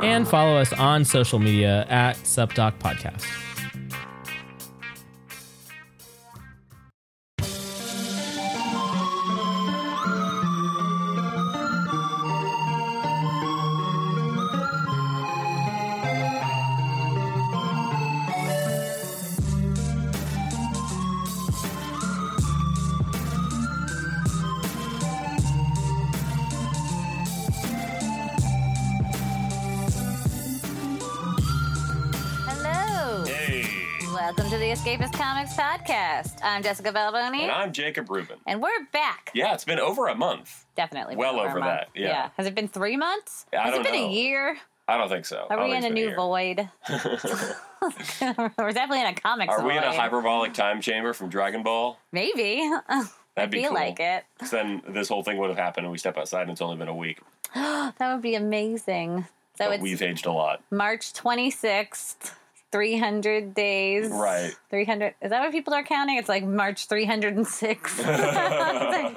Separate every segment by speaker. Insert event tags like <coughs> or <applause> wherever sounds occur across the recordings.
Speaker 1: And follow us on social media at Subdoc Podcast.
Speaker 2: Hello. Welcome to the Escapist Comics Podcast. I'm Jessica Balboni,
Speaker 3: And I'm Jacob Rubin.
Speaker 2: and we're back.
Speaker 3: Yeah, it's been over a month.
Speaker 2: Definitely.
Speaker 3: Well
Speaker 2: been
Speaker 3: over
Speaker 2: a month.
Speaker 3: that, yeah.
Speaker 2: Has it been three months?
Speaker 3: Yeah, I
Speaker 2: Has it
Speaker 3: don't
Speaker 2: been
Speaker 3: know.
Speaker 2: a year?
Speaker 3: I don't think so. I
Speaker 2: Are
Speaker 3: don't
Speaker 2: we in
Speaker 3: think
Speaker 2: a
Speaker 3: it's been
Speaker 2: new
Speaker 3: <laughs>
Speaker 2: void? <laughs> We're definitely in a comics
Speaker 3: Are we in a
Speaker 2: void.
Speaker 3: hyperbolic time chamber from Dragon Ball?
Speaker 2: Maybe. <laughs>
Speaker 3: That'd be
Speaker 2: feel
Speaker 3: cool.
Speaker 2: like it.
Speaker 3: 'Cause Then this whole thing would have happened, and we step outside, and it's only been a week.
Speaker 2: That would be amazing. So
Speaker 3: but
Speaker 2: it's
Speaker 3: we've aged
Speaker 2: <laughs>
Speaker 3: a lot.
Speaker 2: March 26th. 300 days.
Speaker 3: Right.
Speaker 2: 300. Is that what people are counting? It's like March <laughs>
Speaker 3: <laughs>
Speaker 2: 306.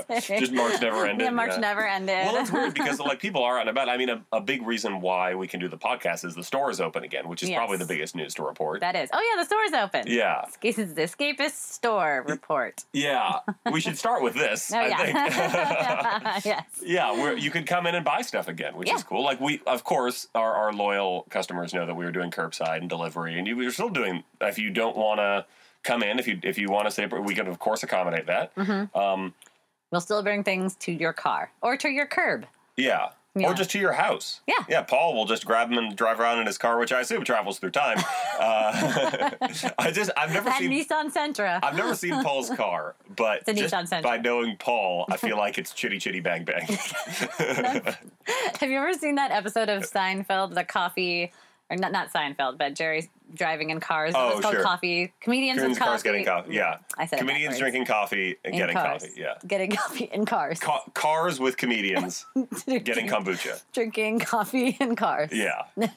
Speaker 2: Just
Speaker 3: Just March never ended.
Speaker 2: Yeah, March
Speaker 3: yeah.
Speaker 2: never ended. <laughs>
Speaker 3: Well, it's weird because like people are on about. I mean, a, a big reason why we can do the podcast is the store is open again, which is
Speaker 2: Yes.
Speaker 3: probably the biggest news to report.
Speaker 2: That is. Oh yeah, the store's open.
Speaker 3: yeah,
Speaker 2: This is the escapist store report.
Speaker 3: yeah. we should start with this.
Speaker 2: <laughs> Oh
Speaker 3: I think. <laughs>
Speaker 2: yeah. <laughs> yes.
Speaker 3: Yeah, where you could come in and buy stuff again, which
Speaker 2: Yeah.
Speaker 3: is cool. Like we, of course, our, our loyal customers know that we were doing curbside and delivery, and you, we are still doing. If you don't want to come in, if you if you want to stay, we can of course accommodate that.
Speaker 2: Mm-hmm.
Speaker 3: Um,
Speaker 2: We'll still bring things to your car or to your curb.
Speaker 3: yeah.
Speaker 2: Yeah.
Speaker 3: or just to your house.
Speaker 2: Yeah.
Speaker 3: yeah. Paul will just grab him and drive around in his car, which I assume travels through time. uh, <laughs> I just I've never
Speaker 2: That
Speaker 3: seen.
Speaker 2: Nissan Sentra.
Speaker 3: I've never seen Paul's car, but
Speaker 2: It's a
Speaker 3: just
Speaker 2: Nissan Sentra.
Speaker 3: by knowing Paul,
Speaker 2: <laughs>
Speaker 3: I feel like it's chitty chitty bang bang.
Speaker 2: <laughs> Have you ever seen that episode
Speaker 3: Uh,
Speaker 2: of Seinfeld, the coffee, or not not Seinfeld, but Jerry's driving in cars?
Speaker 3: Oh,
Speaker 2: it was called
Speaker 3: sure.
Speaker 2: Coffee. Comedians in
Speaker 3: Comedians
Speaker 2: coffee.
Speaker 3: cars getting coffee. Yeah,
Speaker 2: I said it
Speaker 3: comedians
Speaker 2: backwards.
Speaker 3: drinking coffee and
Speaker 2: In
Speaker 3: getting
Speaker 2: cars.
Speaker 3: coffee. Yeah,
Speaker 2: Getting coffee in cars.
Speaker 3: Ca- cars with comedians
Speaker 2: <laughs>
Speaker 3: getting kombucha.
Speaker 2: Drinking coffee in cars.
Speaker 3: Yeah,
Speaker 2: <laughs>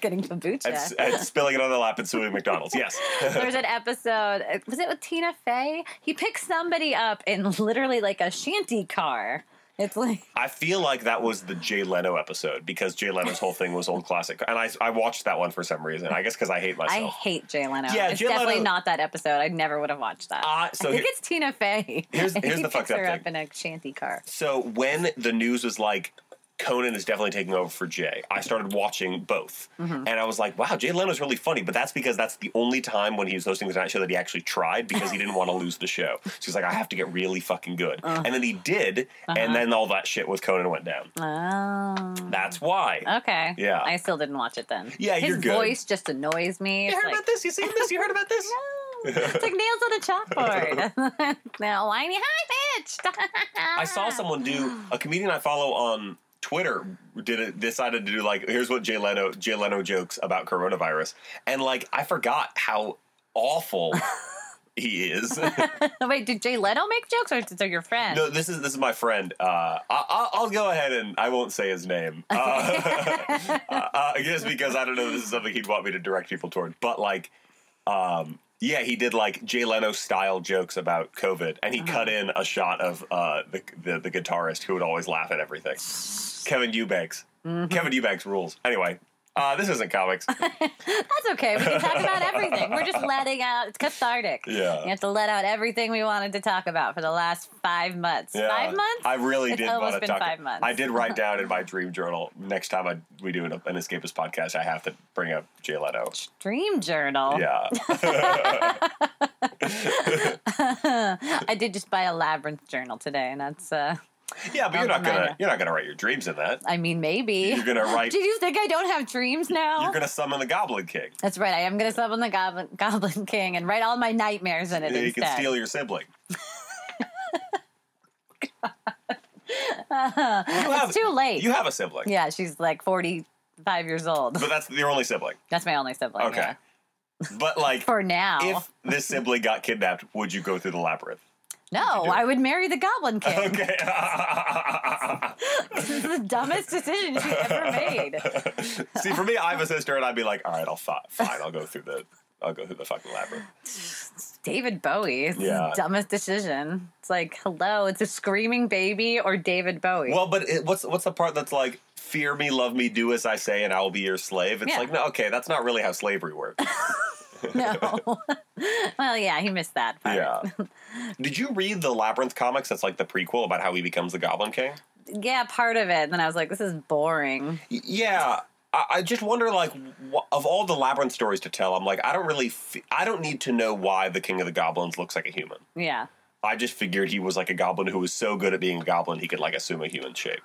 Speaker 2: getting kombucha.
Speaker 3: and, s and spilling it on their lap and suing McDonald's. Yes,
Speaker 2: There's an episode. uh, Was it with Tina Fey? He picks somebody up in literally like a shanty car. It's like
Speaker 3: I feel like that was the Jay Leno episode because Jay Leno's whole thing was old classic, and I I watched that one for some reason. I guess because I hate
Speaker 2: I
Speaker 3: myself.
Speaker 2: hate Jay Leno.
Speaker 3: Yeah,
Speaker 2: it's
Speaker 3: Jay
Speaker 2: definitely
Speaker 3: Leno-
Speaker 2: not that episode. I never would have watched that.
Speaker 3: Ah, so
Speaker 2: I think
Speaker 3: here-
Speaker 2: it's Tina Fey.
Speaker 3: Here's-
Speaker 2: And
Speaker 3: here's
Speaker 2: <laughs> he
Speaker 3: the
Speaker 2: picks
Speaker 3: fucked up
Speaker 2: her
Speaker 3: thing.
Speaker 2: up in a shanty car.
Speaker 3: so when the news was like. Conan is definitely taking over for Jay. I started watching both,
Speaker 2: Mm-hmm.
Speaker 3: and I was like, "Wow, Jay Leno's really funny." But that's because that's the only time when he was hosting the Tonight Show that he actually tried because he didn't want to lose the show. So he's like, "I have to get really fucking good,"
Speaker 2: Uh-huh.
Speaker 3: and then he did, and then all that shit with Conan went down.
Speaker 2: Oh,
Speaker 3: That's why.
Speaker 2: okay.
Speaker 3: Yeah.
Speaker 2: I still didn't watch it then.
Speaker 3: Yeah,
Speaker 2: his
Speaker 3: you're good.
Speaker 2: voice just annoys me.
Speaker 3: You
Speaker 2: It's
Speaker 3: heard
Speaker 2: like, "Oh,
Speaker 3: about this? You seen this? You heard
Speaker 2: <laughs>
Speaker 3: about this?
Speaker 2: it's like nails on a
Speaker 3: <laughs>
Speaker 2: chalkboard. <laughs> now, whiny high pitched.
Speaker 3: I saw someone do a comedian I follow on Twitter did it decided to do like here's what Jay Leno Jay Leno jokes about coronavirus and like I forgot how awful <laughs> he is.
Speaker 2: <laughs> Wait, did Jay Leno make jokes, or did your friend?
Speaker 3: no, this is this is my friend. Uh, I, I, I'll go ahead and I won't say his name. Uh, uh, <laughs> uh, just because I don't know if this is something he'd want me to direct people toward. But like, um, yeah, he did like Jay Leno style jokes about COVID, and he cut in a shot of uh, the, the the guitarist who would always laugh at everything. Kevin Eubanks. Kevin Eubanks rules. Anyway, uh, this isn't comics.
Speaker 2: That's okay. We can talk about everything. We're just letting out. It's cathartic.
Speaker 3: Yeah.
Speaker 2: You have to let out everything we wanted to talk about for the last five months.
Speaker 3: Yeah.
Speaker 2: Five months?
Speaker 3: I really
Speaker 2: It's
Speaker 3: did
Speaker 2: almost
Speaker 3: want to
Speaker 2: been
Speaker 3: talk.
Speaker 2: five months.
Speaker 3: I did write down in my dream journal. Next time I, we do an, an escapist podcast,
Speaker 2: Oh.
Speaker 3: I have to bring up Jay Leno.
Speaker 2: <laughs>
Speaker 3: <laughs>
Speaker 2: Dream journal.
Speaker 3: Yeah,
Speaker 2: <laughs> I did just buy a labyrinth journal today, and that's. uh
Speaker 3: Yeah, but
Speaker 2: Oh,
Speaker 3: you're not gonna
Speaker 2: Amanda.
Speaker 3: you're not gonna write your dreams in that.
Speaker 2: I mean, maybe.
Speaker 3: You're
Speaker 2: <laughs>
Speaker 3: gonna write-
Speaker 2: Do you think I don't have dreams now?
Speaker 3: You're gonna summon the Goblin King.
Speaker 2: That's right. I am gonna summon the Goblin <laughs> Goblin King and write all my nightmares in it
Speaker 3: You
Speaker 2: instead.
Speaker 3: can steal
Speaker 2: <laughs>
Speaker 3: your sibling. you have,
Speaker 2: it's too late.
Speaker 3: You have a sibling.
Speaker 2: yeah, she's like forty-five years old.
Speaker 3: But that's your only sibling.
Speaker 2: That's my only sibling.
Speaker 3: Okay.
Speaker 2: yeah.
Speaker 3: But like
Speaker 2: For now,
Speaker 3: if this sibling got kidnapped, would you go through the labyrinth?
Speaker 2: no, I would marry the Goblin King.
Speaker 3: Okay. <laughs>
Speaker 2: this is the dumbest decision she ever made.
Speaker 3: <laughs> See, for me, I have a sister, and I'd be like, "All right, I'll fi- fine. I'll go through the, I'll go through the fucking labyrinth."
Speaker 2: David Bowie. It's
Speaker 3: Yeah.
Speaker 2: the dumbest decision. It's like, hello, it's a screaming baby or David Bowie.
Speaker 3: Well, but it, what's what's the part that's like, "Fear me, love me, do as I say, and I will be your slave"? It's
Speaker 2: Yeah.
Speaker 3: like, no, okay, that's not really how slavery works.
Speaker 2: <laughs> no. <laughs> well, yeah, he missed that part.
Speaker 3: yeah. Did you read the labyrinth comics? That's like the prequel about how he becomes the Goblin King.
Speaker 2: Yeah, part of it. And then I was like, this is boring.
Speaker 3: Y- Yeah. I I just wonder, like, wh- of all the labyrinth stories to tell, I'm like, I don't really, f- I don't need to know why the king of the goblins looks like a human.
Speaker 2: Yeah.
Speaker 3: I just figured he was like a goblin who was so good at being a goblin he could like assume a human shape.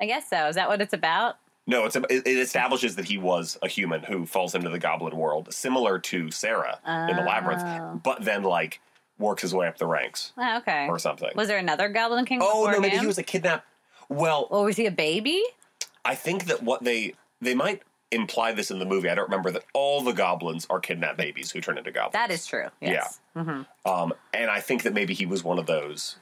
Speaker 2: I guess so. Is that what it's about?
Speaker 3: No, it's a, it it establishes that he was a human who falls into the goblin world, similar to Sarah in the
Speaker 2: Oh.
Speaker 3: labyrinth, but then like works his way up the ranks
Speaker 2: Oh, okay.
Speaker 3: or something.
Speaker 2: Was there another Goblin King?
Speaker 3: oh
Speaker 2: before
Speaker 3: no, maybe
Speaker 2: him?
Speaker 3: he was a kidnap. Well,
Speaker 2: Or was he a baby?
Speaker 3: I think that what they they might imply this in the movie. I don't remember that all the goblins are kidnapped babies who turn into goblins.
Speaker 2: That is true. Yes. hmm
Speaker 3: um, and I think that maybe he was one of those.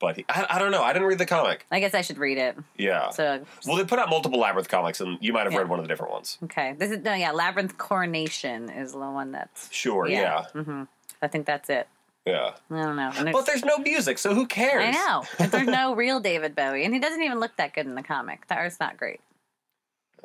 Speaker 3: But he, I, I don't know. I didn't read the comic.
Speaker 2: I guess I should read it.
Speaker 3: Yeah.
Speaker 2: So
Speaker 3: Well, they put out multiple Labyrinth comics, and you might have
Speaker 2: Yeah. Mm-hmm.
Speaker 3: read one of the different ones.
Speaker 2: okay, this is no, yeah, Labyrinth Coronation is the one that's.
Speaker 3: Sure, yeah, yeah.
Speaker 2: hmm I think that's it. I don't know. And
Speaker 3: But
Speaker 2: it's-
Speaker 3: there's no music, so who cares?
Speaker 2: I
Speaker 3: <laughs>
Speaker 2: know. But There's no real David Bowie, and he doesn't even look that good in the comic. The art's not great.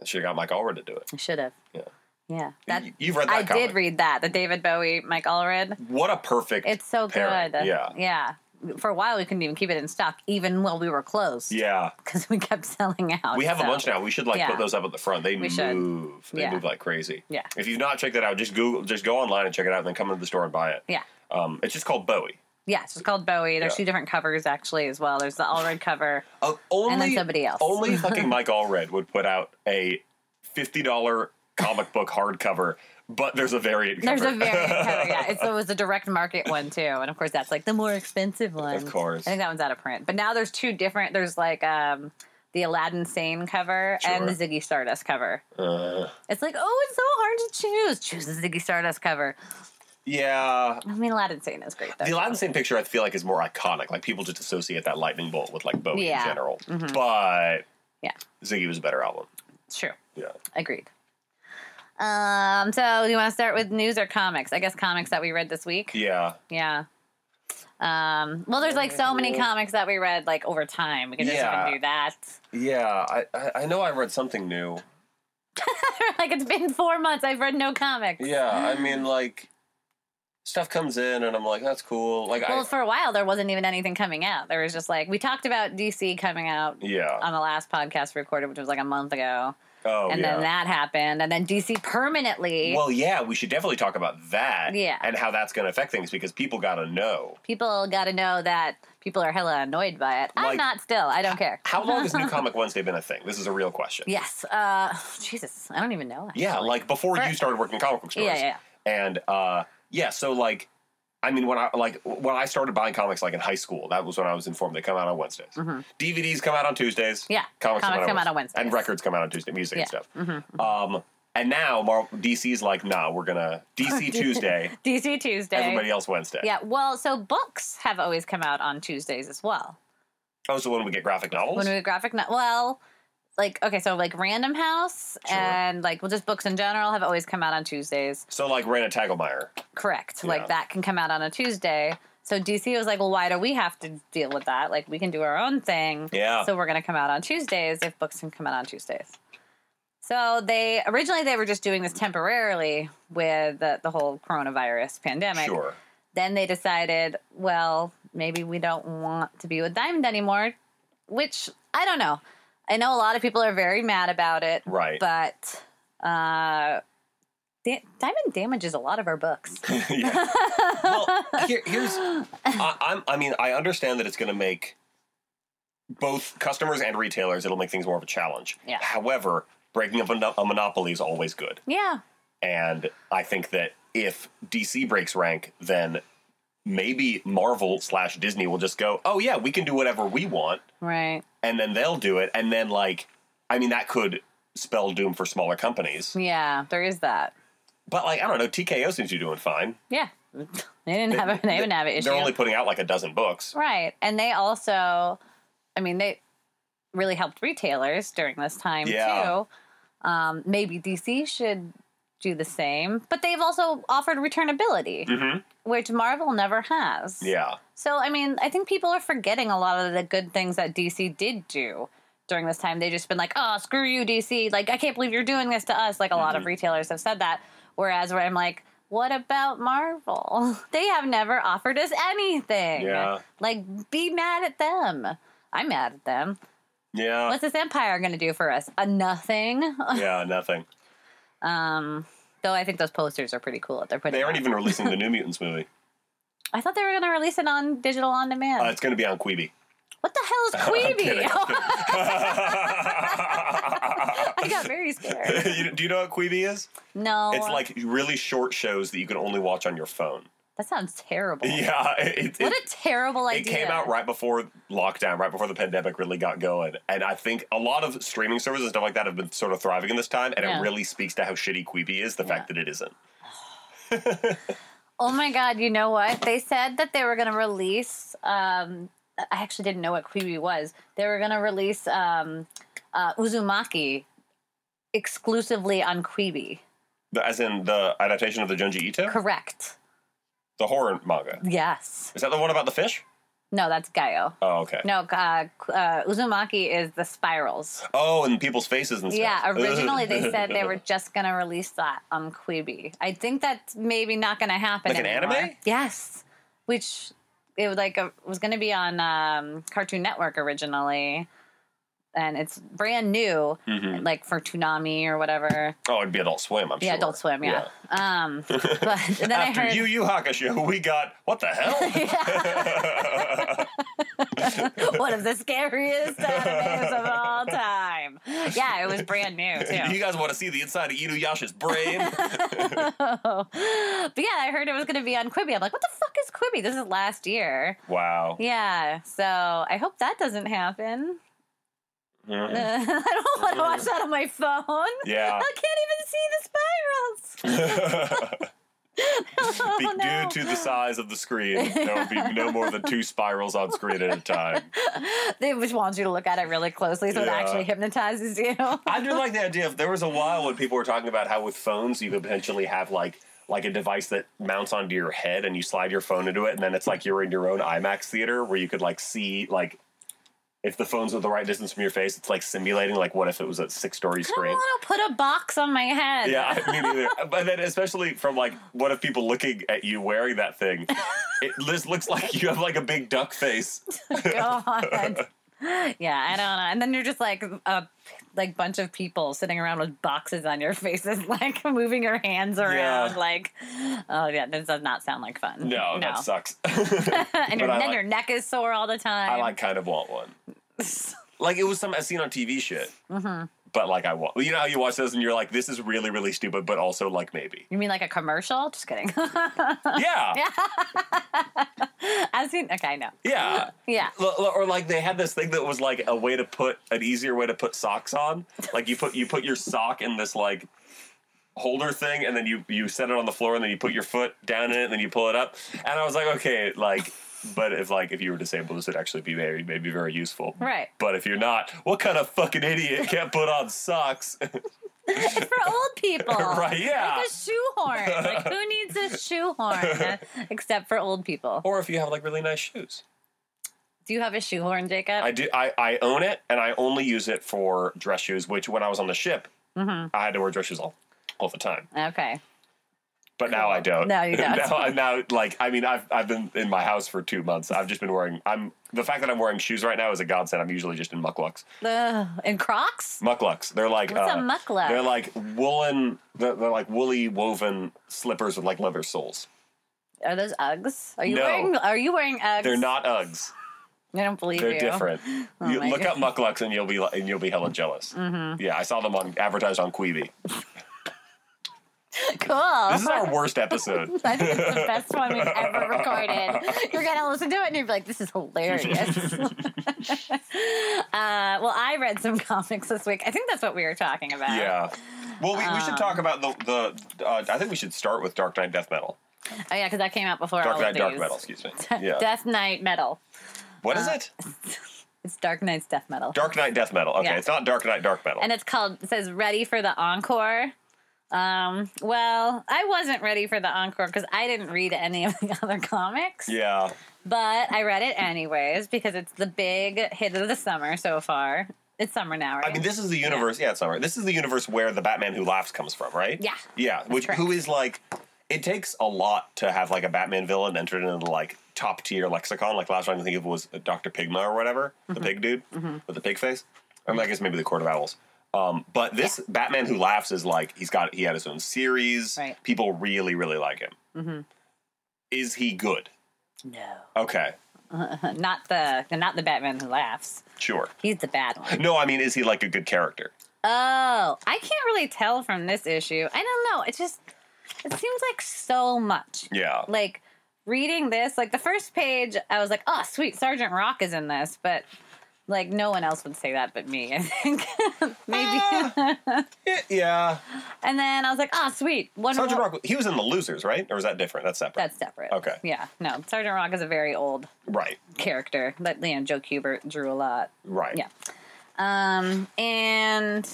Speaker 3: Should have got Mike Allred to do it.
Speaker 2: I should have.
Speaker 3: Yeah.
Speaker 2: Yeah. That
Speaker 3: You- You've read that
Speaker 2: I
Speaker 3: comic.
Speaker 2: did read that. The David Bowie, Mike Allred.
Speaker 3: What a perfect.
Speaker 2: It's so
Speaker 3: pairing.
Speaker 2: good.
Speaker 3: Yeah.
Speaker 2: Yeah. For a while, we couldn't even keep it in stock, even while we were closed.
Speaker 3: Yeah.
Speaker 2: Because we kept <laughs> selling out.
Speaker 3: We have
Speaker 2: so-
Speaker 3: a bunch now. We should like
Speaker 2: Yeah.
Speaker 3: put those up at the front. They
Speaker 2: We
Speaker 3: move.
Speaker 2: should.
Speaker 3: They
Speaker 2: Yeah.
Speaker 3: move like crazy.
Speaker 2: Yeah.
Speaker 3: If you've not checked that out, just Google, just go online and check it out, and then come into the store and buy it.
Speaker 2: Yeah.
Speaker 3: Um, it's just called Bowie.
Speaker 2: Yeah. It's called Bowie. There's
Speaker 3: Yeah.
Speaker 2: two different covers, actually, as well. There's the Allred cover.
Speaker 3: Uh, only
Speaker 2: then somebody else. <laughs>
Speaker 3: Only fucking Mike Allred would put out a fifty dollar comic book hardcover, but there's a variant cover.
Speaker 2: There's a variant cover. Yeah. It's, it was a direct market one, too. And of course, that's like the more expensive one.
Speaker 3: Of course.
Speaker 2: I think that one's out of print. But now there's two different. There's like um, the Aladdin Sane cover and the
Speaker 3: Sure.
Speaker 2: Ziggy Stardust cover.
Speaker 3: Uh,
Speaker 2: It's like, oh, it's so hard to choose. Choose the Ziggy Stardust cover.
Speaker 3: <laughs> yeah.
Speaker 2: I mean, Aladdin Sane is great, though.
Speaker 3: The Aladdin Sane picture I feel like is more iconic. Like people just associate that lightning bolt with like Bowie
Speaker 2: Yeah.
Speaker 3: in general.
Speaker 2: Mhm.
Speaker 3: But
Speaker 2: Yeah.
Speaker 3: Ziggy was a better album.
Speaker 2: It's true.
Speaker 3: Yeah.
Speaker 2: Agreed. Um, so do you want to start with news or comics? I guess comics that we read this week.
Speaker 3: Yeah.
Speaker 2: Yeah. Um, well, there's like so many comics that we read like over time. We can just
Speaker 3: Yeah.
Speaker 2: even do that.
Speaker 3: Yeah. I, I I know I read something new.
Speaker 2: <laughs> like it's been four months. I've read no comics.
Speaker 3: Yeah. I
Speaker 2: Mm.
Speaker 3: mean like stuff comes in and I'm like, that's cool. Like
Speaker 2: Well,
Speaker 3: I
Speaker 2: for a while there wasn't even anything coming out. There was just like we talked about DC coming out
Speaker 3: Yeah.
Speaker 2: on the last podcast we recorded, which was like a month ago,
Speaker 3: Oh
Speaker 2: uh, and
Speaker 3: yeah.
Speaker 2: then that happened, and then DC permanently.
Speaker 3: well, yeah, we should definitely talk about that
Speaker 2: Yeah.
Speaker 3: and how that's going to affect things because people got to know.
Speaker 2: people got to know that people are hella annoyed by it.
Speaker 3: Like-
Speaker 2: I'm not still. I don't care.
Speaker 3: How
Speaker 2: <laughs>
Speaker 3: long has New Comic Wednesday been a thing? This is a real question.
Speaker 2: Yes. Uh, Jesus, I don't even know. actually.
Speaker 3: Yeah, like before
Speaker 2: For-
Speaker 3: you started working comic book stores.
Speaker 2: Yeah, yeah,
Speaker 3: And uh, yeah, so like, I mean, when I like when I started buying comics like in high school, that was when I was informed they come out on Wednesdays.
Speaker 2: Mhm.
Speaker 3: DVDs come out on Tuesdays.
Speaker 2: Yeah,
Speaker 3: comics,
Speaker 2: comics
Speaker 3: come out on Wednesdays. and records come out on Tuesday. Music
Speaker 2: yeah.
Speaker 3: and stuff.
Speaker 2: Mhm.
Speaker 3: Um, and now Mar- DC's like, nah, we're gonna
Speaker 2: <laughs>
Speaker 3: DC Tuesday,
Speaker 2: DC Tuesday.
Speaker 3: everybody else Wednesday.
Speaker 2: Yeah. Well, so books have always come out on Tuesdays as well.
Speaker 3: Oh, so when we get graphic novels,
Speaker 2: When we get graphic, no- well, like okay, so like Random House
Speaker 3: Sure.
Speaker 2: and like well, just books in general have always come out on Tuesdays.
Speaker 3: so like Raina Tagelmeyer.
Speaker 2: Correct.
Speaker 3: Yeah.
Speaker 2: Like that can come out on a Tuesday. So DC was like, well, why do we have to deal with that? Like we can do our own thing.
Speaker 3: Yeah.
Speaker 2: So we're going to come out on Tuesdays if books can come out on Tuesdays. So they originally they were just doing this temporarily with the, the whole coronavirus pandemic.
Speaker 3: sure.
Speaker 2: Then they decided, well, maybe we don't want to be with Diamond anymore, which I don't know. I know a lot of people are very mad about it,
Speaker 3: Right.
Speaker 2: but uh, Da- Diamond damages a lot of our books.
Speaker 3: yeah.
Speaker 2: <laughs>
Speaker 3: Well, here, here's I, I'm. I mean, I understand that it's going to make both customers and retailers. It'll make things more of a challenge.
Speaker 2: Yeah.
Speaker 3: However, breaking up a, no- a monopoly is always good,
Speaker 2: yeah.
Speaker 3: and I think that if DC breaks rank, then maybe Marvel slash Disney will just go, "Oh yeah, we can do whatever we want,"
Speaker 2: Right.
Speaker 3: and then they'll do it, and then like, I mean, that could spell doom for smaller companies.
Speaker 2: Yeah. There is that.
Speaker 3: But like, I don't know, TKO seems to be doing fine.
Speaker 2: Yeah. <laughs> They didn't have a, they didn't have an issue.
Speaker 3: They're only putting out like a dozen books.
Speaker 2: Right. And they also, I mean, they really helped retailers during this time
Speaker 3: Yeah.
Speaker 2: too. Um, maybe DC should do the same, but they've also offered returnability,
Speaker 3: Mhm.
Speaker 2: which Marvel never has.
Speaker 3: Yeah.
Speaker 2: So, I mean, I think people are forgetting a lot of the good things that DC did do during this time. They've just been like, oh, screw you, DC. Like, I can't believe you're doing this to us. Like, a lot
Speaker 3: Mm-hmm.
Speaker 2: of retailers have said that. Whereas, where I'm like, what about Marvel? <laughs> They have never offered us anything.
Speaker 3: Yeah.
Speaker 2: Like, be mad at them. I'm mad at them.
Speaker 3: Yeah.
Speaker 2: What's this empire going to do for us? A nothing. <laughs>
Speaker 3: yeah, nothing.
Speaker 2: Um, though I think those posters are pretty cool that they're putting.
Speaker 3: They aren't
Speaker 2: up.
Speaker 3: even releasing the New Mutants movie.
Speaker 2: I thought they were going to release it on digital on demand.
Speaker 3: Uh, it's going to be on Quibi.
Speaker 2: what the hell is
Speaker 3: <laughs> I'm kidding,
Speaker 2: Queeby?
Speaker 3: I'm kidding.
Speaker 2: <laughs> I got very scared. <laughs>
Speaker 3: You- do you know what Quibi is?
Speaker 2: No,
Speaker 3: It's like really short shows that you can only watch on your phone.
Speaker 2: that sounds terrible.
Speaker 3: Yeah, it, it,
Speaker 2: what a terrible
Speaker 3: it
Speaker 2: idea.
Speaker 3: came out right before lockdown, right before the pandemic really got going. And I think a lot of streaming services and stuff like that have been sort of thriving in this time. And
Speaker 2: Yeah.
Speaker 3: it really speaks to how shitty Quibi is, the fact that it isn't.
Speaker 2: Oh my god! You know what they said that they were going to release? Um, I actually didn't know what Quibi was. They were going to release um, uh, Uzumaki exclusively on Quibi.
Speaker 3: The- As in the adaptation of the Junji Ito?
Speaker 2: Correct.
Speaker 3: The horror manga.
Speaker 2: Yes.
Speaker 3: Is that the one about the fish?
Speaker 2: No, that's Gaio.
Speaker 3: Oh, okay.
Speaker 2: No, uh, uh, Uzumaki is the spirals.
Speaker 3: Oh, and people's faces and stuff. <laughs>
Speaker 2: Yeah, originally they said they were just going to release that on Quibi. I think that's maybe not going to happen.
Speaker 3: Like an
Speaker 2: anymore.
Speaker 3: anime?
Speaker 2: Yes, which it was like a, was going to be on um, Cartoon Network originally, and it's brand new,
Speaker 3: Mhm.
Speaker 2: like for Toonami or whatever.
Speaker 3: <laughs> Oh, it'd be Adult Swim, I'm sure.
Speaker 2: Yeah, Adult Swim. Yeah.
Speaker 3: <laughs>
Speaker 2: Um, but then I
Speaker 3: After
Speaker 2: heard.
Speaker 3: Yu Yu Hakusho, <laughs> we got what the hell?
Speaker 2: <laughs> one of the scariest animes of all time.
Speaker 3: <laughs>
Speaker 2: Yeah, it was brand new too.
Speaker 3: you guys want to see the inside of Inuyasha's brain?
Speaker 2: <laughs>
Speaker 3: <laughs>
Speaker 2: Oh. but yeah, I heard it was going to be on Quibi. I'm like, what the fuck is Quibi? This is last year.
Speaker 3: wow.
Speaker 2: Yeah, so I hope that doesn't happen.
Speaker 3: Mhm.
Speaker 2: <laughs> I don't want to watch that on my phone. <laughs>
Speaker 3: Yeah.
Speaker 2: I can't even see <laughs> the spirals.
Speaker 3: <laughs> Be-
Speaker 2: Oh, no.
Speaker 3: Due to the size of the screen, there will be no more than two spirals on screen at a time.
Speaker 2: they just want you to look at it really closely so
Speaker 3: Yeah.
Speaker 2: it actually hypnotizes you. <laughs>
Speaker 3: I do like the idea of there was a while when people were talking about how with phones you could potentially have like like a device that mounts onto your head and you slide your phone into it and then it's like you're in your own IMAX theater where you could like see like if the phone's at the right distance from your face, it's like simulating like what if it was a six story
Speaker 2: I
Speaker 3: screen.
Speaker 2: don't want to put a box on my head.
Speaker 3: Yeah, I- me neither. But then, especially from like, what if people looking at you wearing that thing? It just looks like you have like a big duck face.
Speaker 2: God. Yeah, I don't know. And then you're just like a like bunch of people sitting around with boxes on your faces, <laughs> like moving your hands around.
Speaker 3: Yeah.
Speaker 2: Like, oh yeah, this does not sound like fun.
Speaker 3: No,
Speaker 2: <laughs>
Speaker 3: that sucks. <laughs>
Speaker 2: and your,
Speaker 3: but I
Speaker 2: then
Speaker 3: like-
Speaker 2: your neck is sore all the time.
Speaker 3: I like kind of want <laughs> one. Like it was some I've seen on TV shit. But like I want, you know how you watch those and you're like, this is really really stupid, but also like maybe.
Speaker 2: you mean like a commercial? Just kidding.
Speaker 3: <laughs>
Speaker 2: <laughs>
Speaker 3: Yeah, yeah.
Speaker 2: I've seen. Okay, no. Yeah.
Speaker 3: L- l- or like they had this thing that was like a way to put an easier way to put socks on. Like you put you put your sock in this like holder thing, and then you you set it on the floor, and then you put your foot down in it, and then you pull it up. And I was like, okay, like. But if like if you were disabled, this would actually be very maybe very useful.
Speaker 2: Right. <laughs>
Speaker 3: But if you're not, what kind of fucking idiot can't put on socks? <laughs>
Speaker 2: It's for old people.
Speaker 3: Right, yeah.
Speaker 2: Like a shoehorn. Like who needs a shoehorn
Speaker 3: <laughs>
Speaker 2: except for old people?
Speaker 3: or if you have like really nice shoes.
Speaker 2: Do you have a shoehorn, Jacob?
Speaker 3: I do. I, I own it, and I only use it for dress
Speaker 2: Mm-hmm.
Speaker 3: shoes. Which when I was on the ship, I had to wear dress shoes all all the time.
Speaker 2: okay.
Speaker 3: But now I don't. <laughs>
Speaker 2: No, you don't.
Speaker 3: now, I- now, like, I mean, I've I've been in my house for two months. I've just been wearing. I'm the fact that I'm wearing shoes right now is a godsend. I'm usually just in mucklucks.
Speaker 2: Ugh. And Crocs?
Speaker 3: Mucklucks. They're like
Speaker 2: What's a
Speaker 3: uh,
Speaker 2: muckluck?
Speaker 3: They're like woolen. They're, they're like woolly woven slippers with like leather soles.
Speaker 2: Are those Uggs? Are you
Speaker 3: No.
Speaker 2: wearing Are you wearing Uggs?
Speaker 3: They're not Uggs.
Speaker 2: I don't believe
Speaker 3: They're
Speaker 2: you. Oh
Speaker 3: different. you
Speaker 2: my Mm-hmm.
Speaker 3: look up mucklucks and you'll be li- and you'll be hella jealous. Yeah, I saw them on advertised on Queeby.
Speaker 2: <laughs> Cool.
Speaker 3: This is our worst episode.
Speaker 2: <laughs> I think it's the best one
Speaker 3: <laughs>
Speaker 2: we've ever recorded. You're gonna listen to it and you'll be like, "This is
Speaker 3: <laughs>
Speaker 2: hilarious." <laughs> uh, well, I read some <laughs> comics this week. I think that's what we were talking about.
Speaker 3: yeah. Well, we, we should talk
Speaker 2: Um,
Speaker 3: about the the. Uh, I think we should start with Dark Knight Death Metal.
Speaker 2: Oh yeah, because that came out before
Speaker 3: Dark
Speaker 2: all
Speaker 3: Knight
Speaker 2: of
Speaker 3: Dark
Speaker 2: these.
Speaker 3: Metal.
Speaker 2: <laughs>
Speaker 3: Excuse me. Yeah.
Speaker 2: Death uh, Knight Metal.
Speaker 3: what is it?
Speaker 2: It's Dark Knight's Death Metal.
Speaker 3: Dark Knight Death Metal. Okay,
Speaker 2: Yeah.
Speaker 3: it's not Dark Knight Dark Metal.
Speaker 2: and it's called it says ready for the encore um well i wasn't ready for the encore because i didn't read any of the <laughs> other comics
Speaker 3: yeah.
Speaker 2: but i read it anyways because it's the big hit of the summer so far it's summer now right
Speaker 3: I mean, this is the universe. Yeah, it's all right. This is the universe where the Batman Who Laughs comes from, right?
Speaker 2: Yeah.
Speaker 3: Yeah, which
Speaker 2: correct.
Speaker 3: who is like, it takes a lot to have like a Batman villain entered into the like top tier lexicon. Like last time I think of was Doctor Pigma or whatever,
Speaker 2: Mm-hmm.
Speaker 3: the pig dude with the pig face. Or I guess maybe the Court of Owls. Um, but this Batman Who Laughs is like he's got he had his own series.
Speaker 2: Right. Mm-hmm.
Speaker 3: People really really like him. Is he good?
Speaker 2: no
Speaker 3: Okay,
Speaker 2: not the not the batman who laughs
Speaker 3: sure.
Speaker 2: he's the bad one.
Speaker 3: No, I mean, is he like a good character?
Speaker 2: Oh, i can't really tell from this issue i don't know it just it seems like so much
Speaker 3: Yeah.
Speaker 2: like <laughs> reading this like the first page i was like oh sweet sergeant rock is in this but like no one else would say that but me <laughs> i think maybe
Speaker 3: Eh, yeah.
Speaker 2: and then i was like oh sweet one
Speaker 3: Sergeant Rock, he was in The Losers, right? Or was that different? That's separate.
Speaker 2: that's separate
Speaker 3: Okay.
Speaker 2: yeah no sergeant rock is a very old
Speaker 3: right,
Speaker 2: character that you know joe kubert drew a lot
Speaker 3: right.
Speaker 2: Yeah. Um, and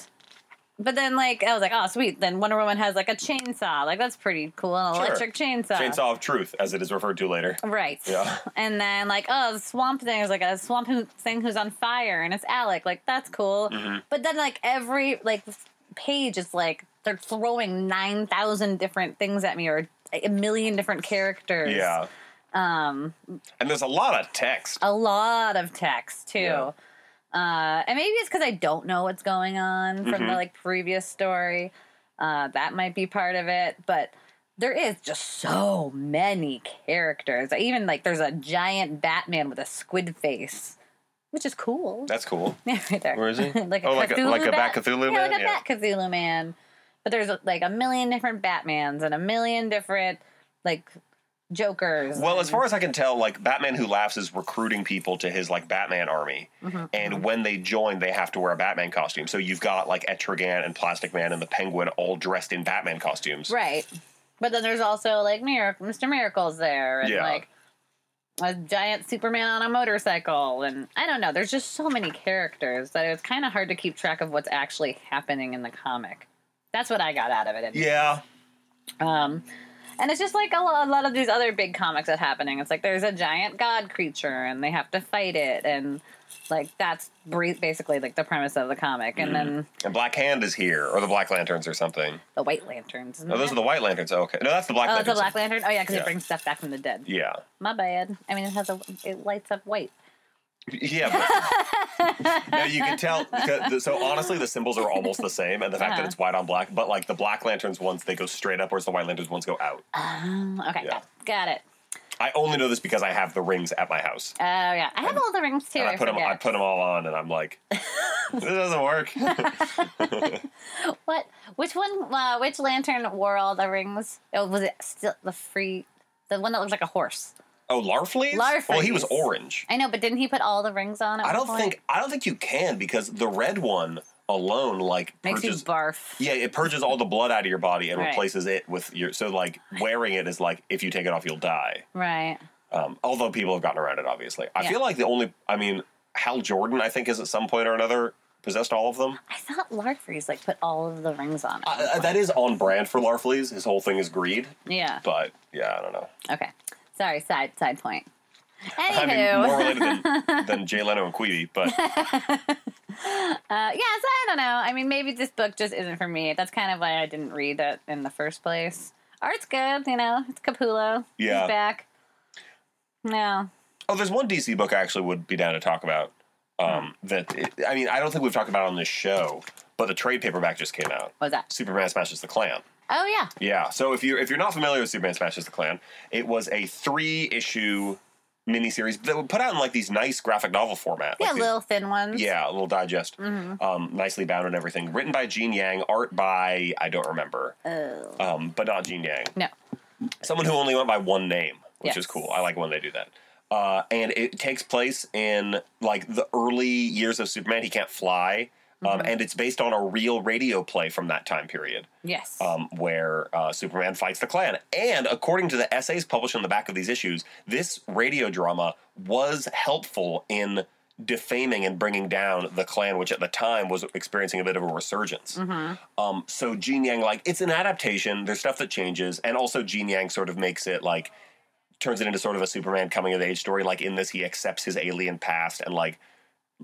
Speaker 2: but then like I was like, oh sweet. Then Wonder Woman has like a chainsaw. Like that's pretty cool, an
Speaker 3: Sure.
Speaker 2: electric chainsaw.
Speaker 3: Chainsaw of Truth, as it is referred to later.
Speaker 2: Right.
Speaker 3: Yeah.
Speaker 2: And then like, oh, the swamp thing is like a swamp who- thing who's on fire, and it's Alec. Like that's cool.
Speaker 3: Mm-hmm.
Speaker 2: But then like every like page is like they're throwing nine thousand different things at me, or a million different characters.
Speaker 3: Yeah.
Speaker 2: Um, Oh.
Speaker 3: And there's a lot of text.
Speaker 2: a lot of text too.
Speaker 3: Yeah.
Speaker 2: Uh, and maybe it's because I don't know what's going on from
Speaker 3: Mm-hmm.
Speaker 2: the like previous story. Uh, that might be part of it, but there is just so many characters. Even like there's a giant Batman with a squid face, which is cool.
Speaker 3: That's cool.
Speaker 2: Yeah, right <laughs> there.
Speaker 3: Where is he?
Speaker 2: like a
Speaker 3: Oh, like a-
Speaker 2: Cthulhu
Speaker 3: like a
Speaker 2: bat,
Speaker 3: Bat
Speaker 2: yeah,
Speaker 3: Cthulhu man?
Speaker 2: like a
Speaker 3: Yeah.
Speaker 2: Bat Cthulhu man. But there's like a million different Batmans and a million different like Jokers.
Speaker 3: Well, as far as I can tell, like Batman Who Laughs is recruiting people to his like Batman army,
Speaker 2: Mm-hmm,
Speaker 3: and when they join, they have to wear a Batman costume. So you've got like Etrigan and Plastic Man and the Penguin all dressed in Batman costumes.
Speaker 2: Right. But then there's also like Mir- Mr. Miracle's there and
Speaker 3: Yeah.
Speaker 2: like a giant Superman on a motorcycle and I don't know, there's just so many characters that it's kind of hard to keep track of what's actually happening in the comic. That's what I got out of it. anyway.
Speaker 3: Yeah.
Speaker 2: Um and it's just like a lo- a lot of these other big comics that's happening. It's like there's a giant god creature and they have to fight it and like that's bri- basically like the premise of the comic and then
Speaker 3: And Black Hand is here, or the Black Lanterns, or something.
Speaker 2: the white lanterns.
Speaker 3: No, those are the White Lanterns. Oh, okay. No, that's the Black
Speaker 2: Mm-hmm. Oh, it's a
Speaker 3: Lanterns.
Speaker 2: black lantern. Oh yeah, because
Speaker 3: Yeah.
Speaker 2: it brings stuff back from the dead.
Speaker 3: yeah.
Speaker 2: My bad. I mean, it has a it lights up white.
Speaker 3: Yeah.
Speaker 2: <laughs>
Speaker 3: But, no, you can tell. because- So honestly, the symbols are almost the same, and the fact that
Speaker 2: Uh-huh.
Speaker 3: it's white on black. But like the Black Lanterns ones, they go straight up, whereas the White Lanterns ones go out.
Speaker 2: Um, okay,
Speaker 3: Yeah.
Speaker 2: got, got it.
Speaker 3: I only know this because I have the rings at my house,
Speaker 2: Oh yeah, I have all the rings too.
Speaker 3: and I
Speaker 2: I
Speaker 3: put them.
Speaker 2: forget.
Speaker 3: I put them all on, and
Speaker 2: <laughs>
Speaker 3: I'm like, this doesn't work.
Speaker 2: what? Which one? Uh, which lantern wore all the rings? Oh, was it still the free? The one that looked like a horse.
Speaker 3: Oh, Larfleeze.
Speaker 2: Larfleeze.
Speaker 3: Well, he was orange.
Speaker 2: I know, but didn't he put all the rings on? At
Speaker 3: I
Speaker 2: one
Speaker 3: don't
Speaker 2: point?
Speaker 3: think. I don't think you can because the red one alone, like,
Speaker 2: makes you
Speaker 3: purges.
Speaker 2: barf.
Speaker 3: Yeah, it purges all the blood out of your body and
Speaker 2: Right.
Speaker 3: replaces it with your. So, like, wearing it is like if you take it off, you'll die.
Speaker 2: Right.
Speaker 3: Um, although people have gotten around it, obviously. I
Speaker 2: Yeah.
Speaker 3: feel like the only, I mean, Hal Jordan, I think, is at some point or another possessed all of them.
Speaker 2: I thought Larfreeze like put all of the rings on. It.
Speaker 3: Uh, that is on brand for Larfleeze. His whole thing is greed.
Speaker 2: yeah.
Speaker 3: But yeah, I don't know.
Speaker 2: Okay. Sorry. Side side point.
Speaker 3: I
Speaker 2: Anywho.
Speaker 3: mean, more related
Speaker 2: <laughs>
Speaker 3: than, than Jay Leno and Queevy, but
Speaker 2: Uh, yeah, so I don't know. I mean, maybe this book just isn't for me. That's kind of why I didn't read it in the first place. art's good, you know. It's Capullo.
Speaker 3: Yeah.
Speaker 2: He's back. No.
Speaker 3: Oh, there's one DC book I actually would be down to talk about. Um, that I mean, I don't think we've talked about it on this show, but the trade paperback just came out.
Speaker 2: What was that?
Speaker 3: Superman smashes the Klan.
Speaker 2: Oh yeah.
Speaker 3: Yeah. So if you if you're not familiar with Superman smashes the Klan, it was a three issue miniseries that was put out in like these nice graphic novel format.
Speaker 2: Yeah,
Speaker 3: like these-
Speaker 2: little thin ones. Mm-hmm.
Speaker 3: Yeah, a little digest. Um, nicely bound and everything. Written by Gene Yang, art by I don't remember,
Speaker 2: Oh.
Speaker 3: um, but not Gene Yang.
Speaker 2: No.
Speaker 3: Someone who only went by one name, which
Speaker 2: Yes.
Speaker 3: is cool. I like when they do that. Uh, and it takes place in like the early years of Superman. He can't fly, um,
Speaker 2: Mm-hmm.
Speaker 3: and it's based on a real radio play from that time period
Speaker 2: Yes.
Speaker 3: um, where uh, Superman fights the Klan. And according to the essays published on the back of these issues, this radio drama was helpful in defaming and bringing down the Klan, which at the time was experiencing a bit of a resurgence. Um, so Gene Yang, like, it's an adaptation. There's stuff that changes, and also Gene Yang sort of makes it like turns it into sort of a Superman coming of age story. Like in this, he accepts his alien past and like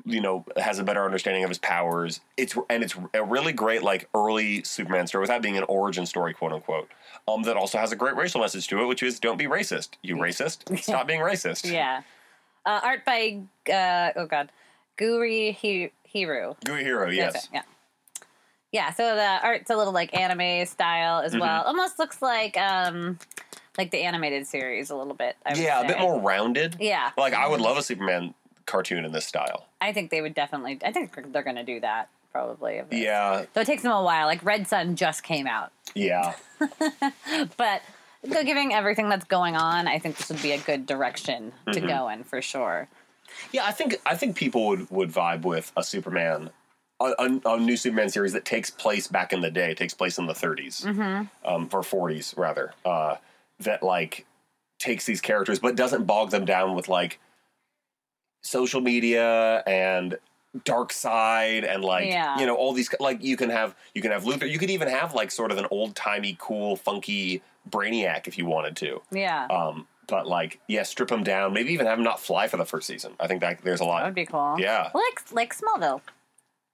Speaker 3: you know has a better understanding of his powers. It's and it's a really great like early Superman story without being an origin story, quote unquote. Um, that also has a great racial message to it, which is don't be racist. You racist,
Speaker 2: <laughs>
Speaker 3: stop being racist.
Speaker 2: yeah. Uh, art by uh, oh god, Guri Hi- Hiru.
Speaker 3: Gooey hero,
Speaker 2: That's
Speaker 3: yes.
Speaker 2: it, Yeah. Yeah, so the art's a little like anime style
Speaker 3: Mm-hmm.
Speaker 2: as well. Almost looks like um like the animated series a little bit. I would
Speaker 3: Yeah, a bit
Speaker 2: say.
Speaker 3: more rounded.
Speaker 2: Yeah,
Speaker 3: Like I would love a Superman cartoon in this style.
Speaker 2: I think they would definitely. I think they're going to do that probably. if it-
Speaker 3: Yeah,
Speaker 2: Though it takes them a while. Like Red Sun just came out,
Speaker 3: yeah.
Speaker 2: but go- giving everything that's going on, I think this would be a good direction to
Speaker 3: Mm-hmm.
Speaker 2: go in for sure.
Speaker 3: Yeah, I think I think people would would vibe with a Superman, a, a, a new Superman series that takes place back in the day, takes place in the 30s um, or forties rather. Uh, that like takes these characters, but doesn't bog them down with like social media and dark side and like
Speaker 2: Yeah.
Speaker 3: you know all these like you can have you can have Luther, you could even have like sort of an old timey, cool, funky Brainiac if you wanted to.
Speaker 2: Yeah,
Speaker 3: Um, but like, yeah, strip them down. Maybe even have them not fly for the first season. I think that there's a
Speaker 2: that
Speaker 3: lot.
Speaker 2: would be cool.
Speaker 3: yeah.
Speaker 2: like like Smallville,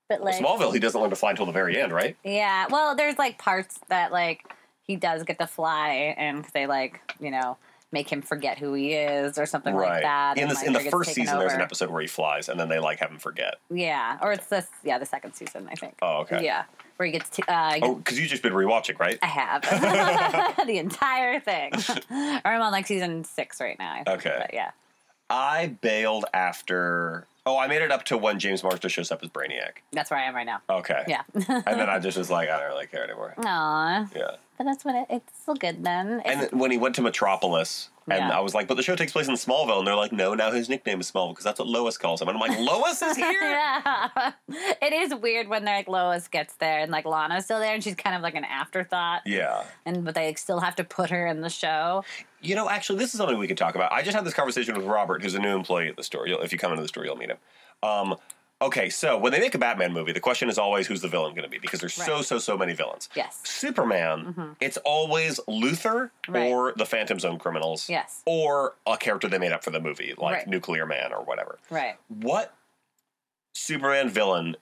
Speaker 2: but like
Speaker 3: Smallville, he doesn't learn to fly until the very end, right?
Speaker 2: yeah. Well, there's like parts that like he does get to fly, and they like you know make him forget who he is or something like that.
Speaker 3: in
Speaker 2: and,
Speaker 3: this,
Speaker 2: like,
Speaker 3: in the
Speaker 2: or gets
Speaker 3: first
Speaker 2: taken
Speaker 3: season, there's an
Speaker 2: over.
Speaker 3: episode where he flies, and then they like have him forget.
Speaker 2: Yeah, or it's this. Yeah, the second season, I think.
Speaker 3: Oh, okay.
Speaker 2: Yeah, where he gets. T- uh, he
Speaker 3: Oh, because you've just been rewatching, right?
Speaker 2: I have <laughs> the entire
Speaker 3: <laughs>
Speaker 2: thing. or I'm on like season six right now. I think,
Speaker 3: Okay.
Speaker 2: but yeah.
Speaker 3: I bailed after. Oh, I made it up to when James Marsden shows up as Brainiac.
Speaker 2: That's where I am right now.
Speaker 3: Okay.
Speaker 2: Yeah. <laughs>
Speaker 3: and then I just was like, I don't really care anymore.
Speaker 2: Aw.
Speaker 3: Yeah.
Speaker 2: But that's what it, it's still good then. It's,
Speaker 3: And then when he went to Metropolis, and
Speaker 2: Yeah.
Speaker 3: I was like, but the show takes place in Smallville, and they're like, no, now his nickname is Smallville because that's what Lois calls him, and I'm like, Lois
Speaker 2: <laughs>
Speaker 3: is here.
Speaker 2: <laughs> yeah. it is weird when they're like Lois gets there and like Lana's still there and she's kind of like an afterthought.
Speaker 3: yeah.
Speaker 2: And but they still have to put her in the show.
Speaker 3: You know, actually, this is something we could talk about. I just had this conversation with Robert, who's a new employee at the store. You'll, if you come into the store, you'll meet him. Um, okay, so when they make a Batman movie, the question is always who's the villain going to be because there's so,
Speaker 2: Right.
Speaker 3: so, so many villains.
Speaker 2: Yes.
Speaker 3: Superman, it's always Luther
Speaker 2: Right.
Speaker 3: or the Phantom Zone criminals.
Speaker 2: Yes.
Speaker 3: Or a character they made up for the movie, like
Speaker 2: Right.
Speaker 3: Nuclear Man or whatever.
Speaker 2: Right.
Speaker 3: What Superman villain?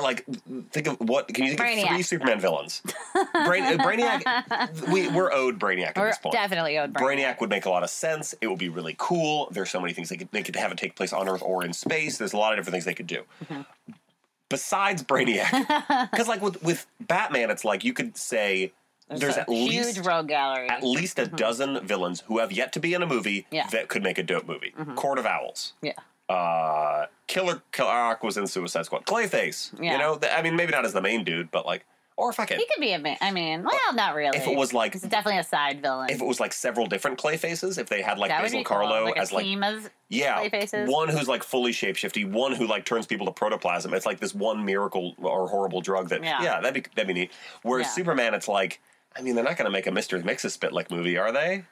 Speaker 3: Like, think of what? Can you think of
Speaker 2: Brainiac.
Speaker 3: three Superman villains? Brain, uh,
Speaker 2: <laughs>
Speaker 3: Brainiac. We, we're owed Brainiac at
Speaker 2: Or
Speaker 3: this point.
Speaker 2: definitely owed Brainiac.
Speaker 3: Brainiac would make a lot of sense. It would be really cool. There's so many things they could they could have it take place on Earth or in space. There's a lot of different things they could do.
Speaker 2: Mm-hmm. <laughs>
Speaker 3: Besides Brainiac, because like with with Batman, it's like you could say there's,
Speaker 2: There's
Speaker 3: at
Speaker 2: a huge
Speaker 3: least
Speaker 2: rogue gallery.
Speaker 3: at least a dozen villains who have yet to be in a movie
Speaker 2: Yeah. Mm-hmm.
Speaker 3: that could make a dope movie. Court of Owls.
Speaker 2: yeah.
Speaker 3: Uh, Killer Croc was in Suicide Squad. Clayface.
Speaker 2: Yeah.
Speaker 3: You know, th- I mean, maybe not as the main dude, but like, or fuck it.
Speaker 2: He could be a man. I mean, well, not really.
Speaker 3: If it was like
Speaker 2: It's definitely a side villain.
Speaker 3: if it was like several different Clayfaces, if they had like
Speaker 2: that would
Speaker 3: Basil
Speaker 2: be cool.
Speaker 3: Carlo
Speaker 2: like a
Speaker 3: as like
Speaker 2: team of
Speaker 3: Yeah,
Speaker 2: Clayfaces?
Speaker 3: one who's like fully shapeshifty, one who like turns people to protoplasm. It's like this one miracle or horrible drug that yeah,
Speaker 2: Yeah.
Speaker 3: that'd be that'd be neat. Whereas
Speaker 2: Yeah.
Speaker 3: Superman, it's like I mean, they're not going to make a Mister Mixospitlick movie, are they?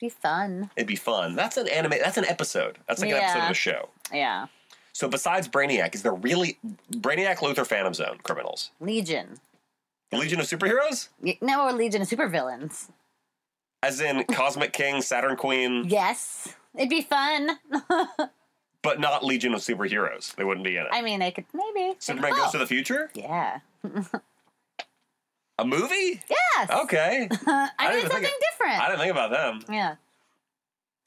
Speaker 2: be fun.
Speaker 3: It'd be fun. That's an anime. That's an episode. That's like an episode
Speaker 2: Yeah.
Speaker 3: of a show.
Speaker 2: Yeah.
Speaker 3: So besides Brainiac, is there really Brainiac, Luther, Phantom Zone criminals,
Speaker 2: Legion.
Speaker 3: The Legion of Superheroes,
Speaker 2: Y- No, or Legion of Supervillains. <laughs>
Speaker 3: as in Cosmic King, Saturn Queen,
Speaker 2: Yes. It'd be fun.
Speaker 3: but not Legion of Superheroes. They wouldn't be in it.
Speaker 2: I mean, they could maybe.
Speaker 3: Superman
Speaker 2: Oh,
Speaker 3: goes to the future.
Speaker 2: Yeah.
Speaker 3: A movie?
Speaker 2: Yeah. Yes. <laughs>
Speaker 3: Okay.
Speaker 2: I,
Speaker 3: didn't
Speaker 2: did
Speaker 3: think
Speaker 2: something
Speaker 3: it-
Speaker 2: different.
Speaker 3: I didn't think about them.
Speaker 2: yeah.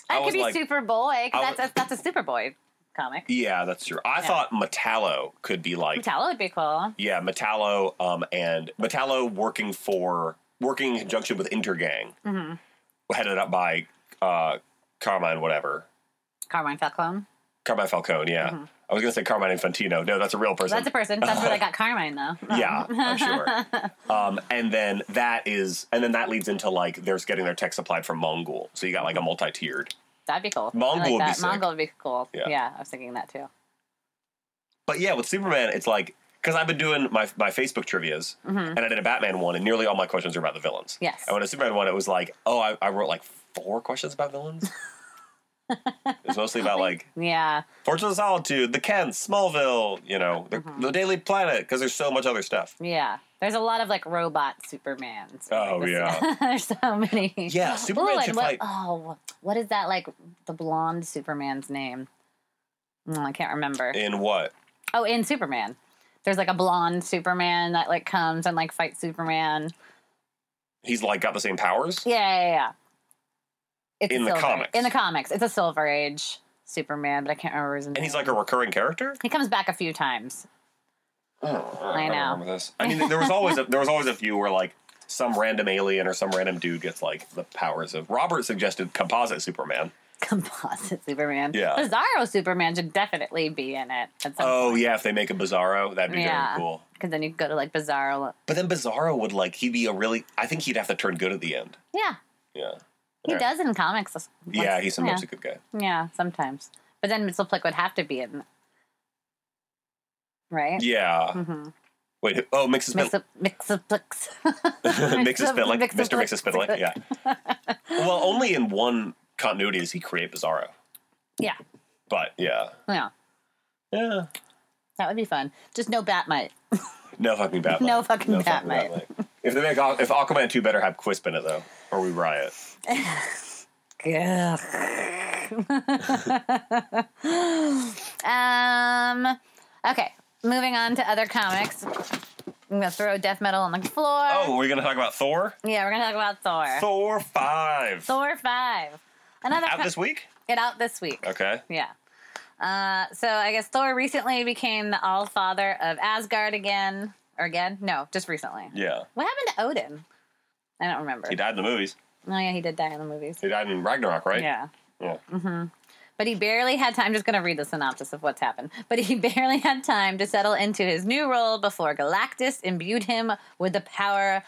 Speaker 3: I
Speaker 2: I,
Speaker 3: was
Speaker 2: could be
Speaker 3: like-
Speaker 2: Superboy. 'cause
Speaker 3: I was-
Speaker 2: that's, a, that's a Superboy comic.
Speaker 3: Yeah, that's true. I thought Metallo could be like
Speaker 2: Metallo would be cool.
Speaker 3: yeah, Metallo um, and Metallo working for working in conjunction with Intergang,
Speaker 2: Mm-hmm.
Speaker 3: headed up by uh, Carmine whatever
Speaker 2: Carmine Falcone.
Speaker 3: Carmine Falcone. Yeah, I was gonna say Carmine Infantino. No, that's a real person.
Speaker 2: Mm-hmm. That's a person. That's where they got Carmine, though.
Speaker 3: <laughs> yeah,
Speaker 2: <laughs>
Speaker 3: I'm sure. Um, and then that is, and then that leads into like there's getting their tech supplied from Mongol. So you got like a multi-tiered.
Speaker 2: That'd be cool. I
Speaker 3: Mongol would be
Speaker 2: that.
Speaker 3: sick.
Speaker 2: Mongol would be cool.
Speaker 3: Yeah.
Speaker 2: Yeah. I was thinking that too.
Speaker 3: But yeah, with Superman, it's like because I've been doing my my Facebook trivia's, and I did a Batman one, and nearly all my questions are about the villains.
Speaker 2: Mm-hmm. Yes.
Speaker 3: And when a Superman one, it was like, oh, I, I wrote like four questions about
Speaker 2: <laughs>
Speaker 3: villains. it's mostly about like
Speaker 2: Yeah.
Speaker 3: Fortune of Solitude, the Kents, Smallville, you know, the,
Speaker 2: Mm-hmm.
Speaker 3: the Daily Planet, because there's so much other stuff.
Speaker 2: Yeah. There's a lot of like robot Supermans.
Speaker 3: Oh,
Speaker 2: Like, this-
Speaker 3: yeah.
Speaker 2: <laughs> There's so many.
Speaker 3: Yeah, Superman
Speaker 2: Ooh,
Speaker 3: should
Speaker 2: and what,
Speaker 3: fight-
Speaker 2: Oh, what is that like the blonde Superman's name? Mm, I can't remember.
Speaker 3: In what?
Speaker 2: Oh, in Superman. There's like a blonde Superman that like comes and like fights Superman.
Speaker 3: He's like got the same powers.
Speaker 2: Yeah, yeah, yeah. It's a
Speaker 3: In the
Speaker 2: Silver-
Speaker 3: comics.
Speaker 2: In the comics. It's a Silver Age Superman, but I can't remember his name.
Speaker 3: And he's like a recurring character.
Speaker 2: he comes back a few times. <laughs>
Speaker 3: I, don't
Speaker 2: know.
Speaker 3: remember this. I mean, there was always a, there was always a few where like some random alien or some random dude gets like the powers of. Robert suggested composite Superman.
Speaker 2: Composite Superman.
Speaker 3: Yeah.
Speaker 2: Bizarro Superman should definitely be in it. At some
Speaker 3: Oh yeah, if they make a Bizarro, that'd be
Speaker 2: Yeah.
Speaker 3: very cool.
Speaker 2: Because then you could go to like Bizarro.
Speaker 3: But then Bizarro would like he'd be a really. I think he'd have to turn good at the end.
Speaker 2: Yeah.
Speaker 3: Yeah.
Speaker 2: He
Speaker 3: Alright.
Speaker 2: does in comics. once-
Speaker 3: Yeah, he's sometimes
Speaker 2: yeah.
Speaker 3: a good guy.
Speaker 2: Yeah, sometimes. But then Ms. Plick would have to be in. Right?
Speaker 3: Yeah.
Speaker 2: Mm-hmm.
Speaker 3: Wait. Oh, Mixus
Speaker 2: Mix
Speaker 3: <laughs> Spit.
Speaker 2: up, mix up,
Speaker 3: <laughs>
Speaker 2: mix.
Speaker 3: Mixus Spit like
Speaker 2: Mix-a-Plix.
Speaker 3: Mr. Mixus Spit like yeah.
Speaker 2: <laughs>
Speaker 3: well, only in one continuity does he create Bizarro.
Speaker 2: Yeah.
Speaker 3: But yeah.
Speaker 2: Yeah.
Speaker 3: Yeah.
Speaker 2: That would be fun. Just no Batmite.
Speaker 3: No fucking Batmite.
Speaker 2: No fucking Batmite.
Speaker 3: Batmite. If they make Aqu- if Aquaman two better have Quisp in it though, or we riot.
Speaker 2: <laughs> um, okay, moving on to other comics. I'm gonna throw death metal on the floor.
Speaker 3: Oh, we're gonna talk about Thor.
Speaker 2: Yeah, we're gonna talk about Thor.
Speaker 3: Thor five
Speaker 2: Thor five. Another
Speaker 3: out
Speaker 2: co-
Speaker 3: this week.
Speaker 2: Get out this week.
Speaker 3: Okay.
Speaker 2: Yeah. Uh, so I guess Thor recently became the All Father of Asgard again, or again? No, just recently.
Speaker 3: Yeah.
Speaker 2: What happened to Odin? I don't remember.
Speaker 3: He died in the movies.
Speaker 2: Oh yeah, he did die in the movies.
Speaker 3: He died in Ragnarok, right?
Speaker 2: Yeah.
Speaker 3: Yeah.
Speaker 2: But he barely had time. I'm just going to read the synopsis of what's happened. But he <laughs> barely had time to settle into his new role before Galactus imbued him with the power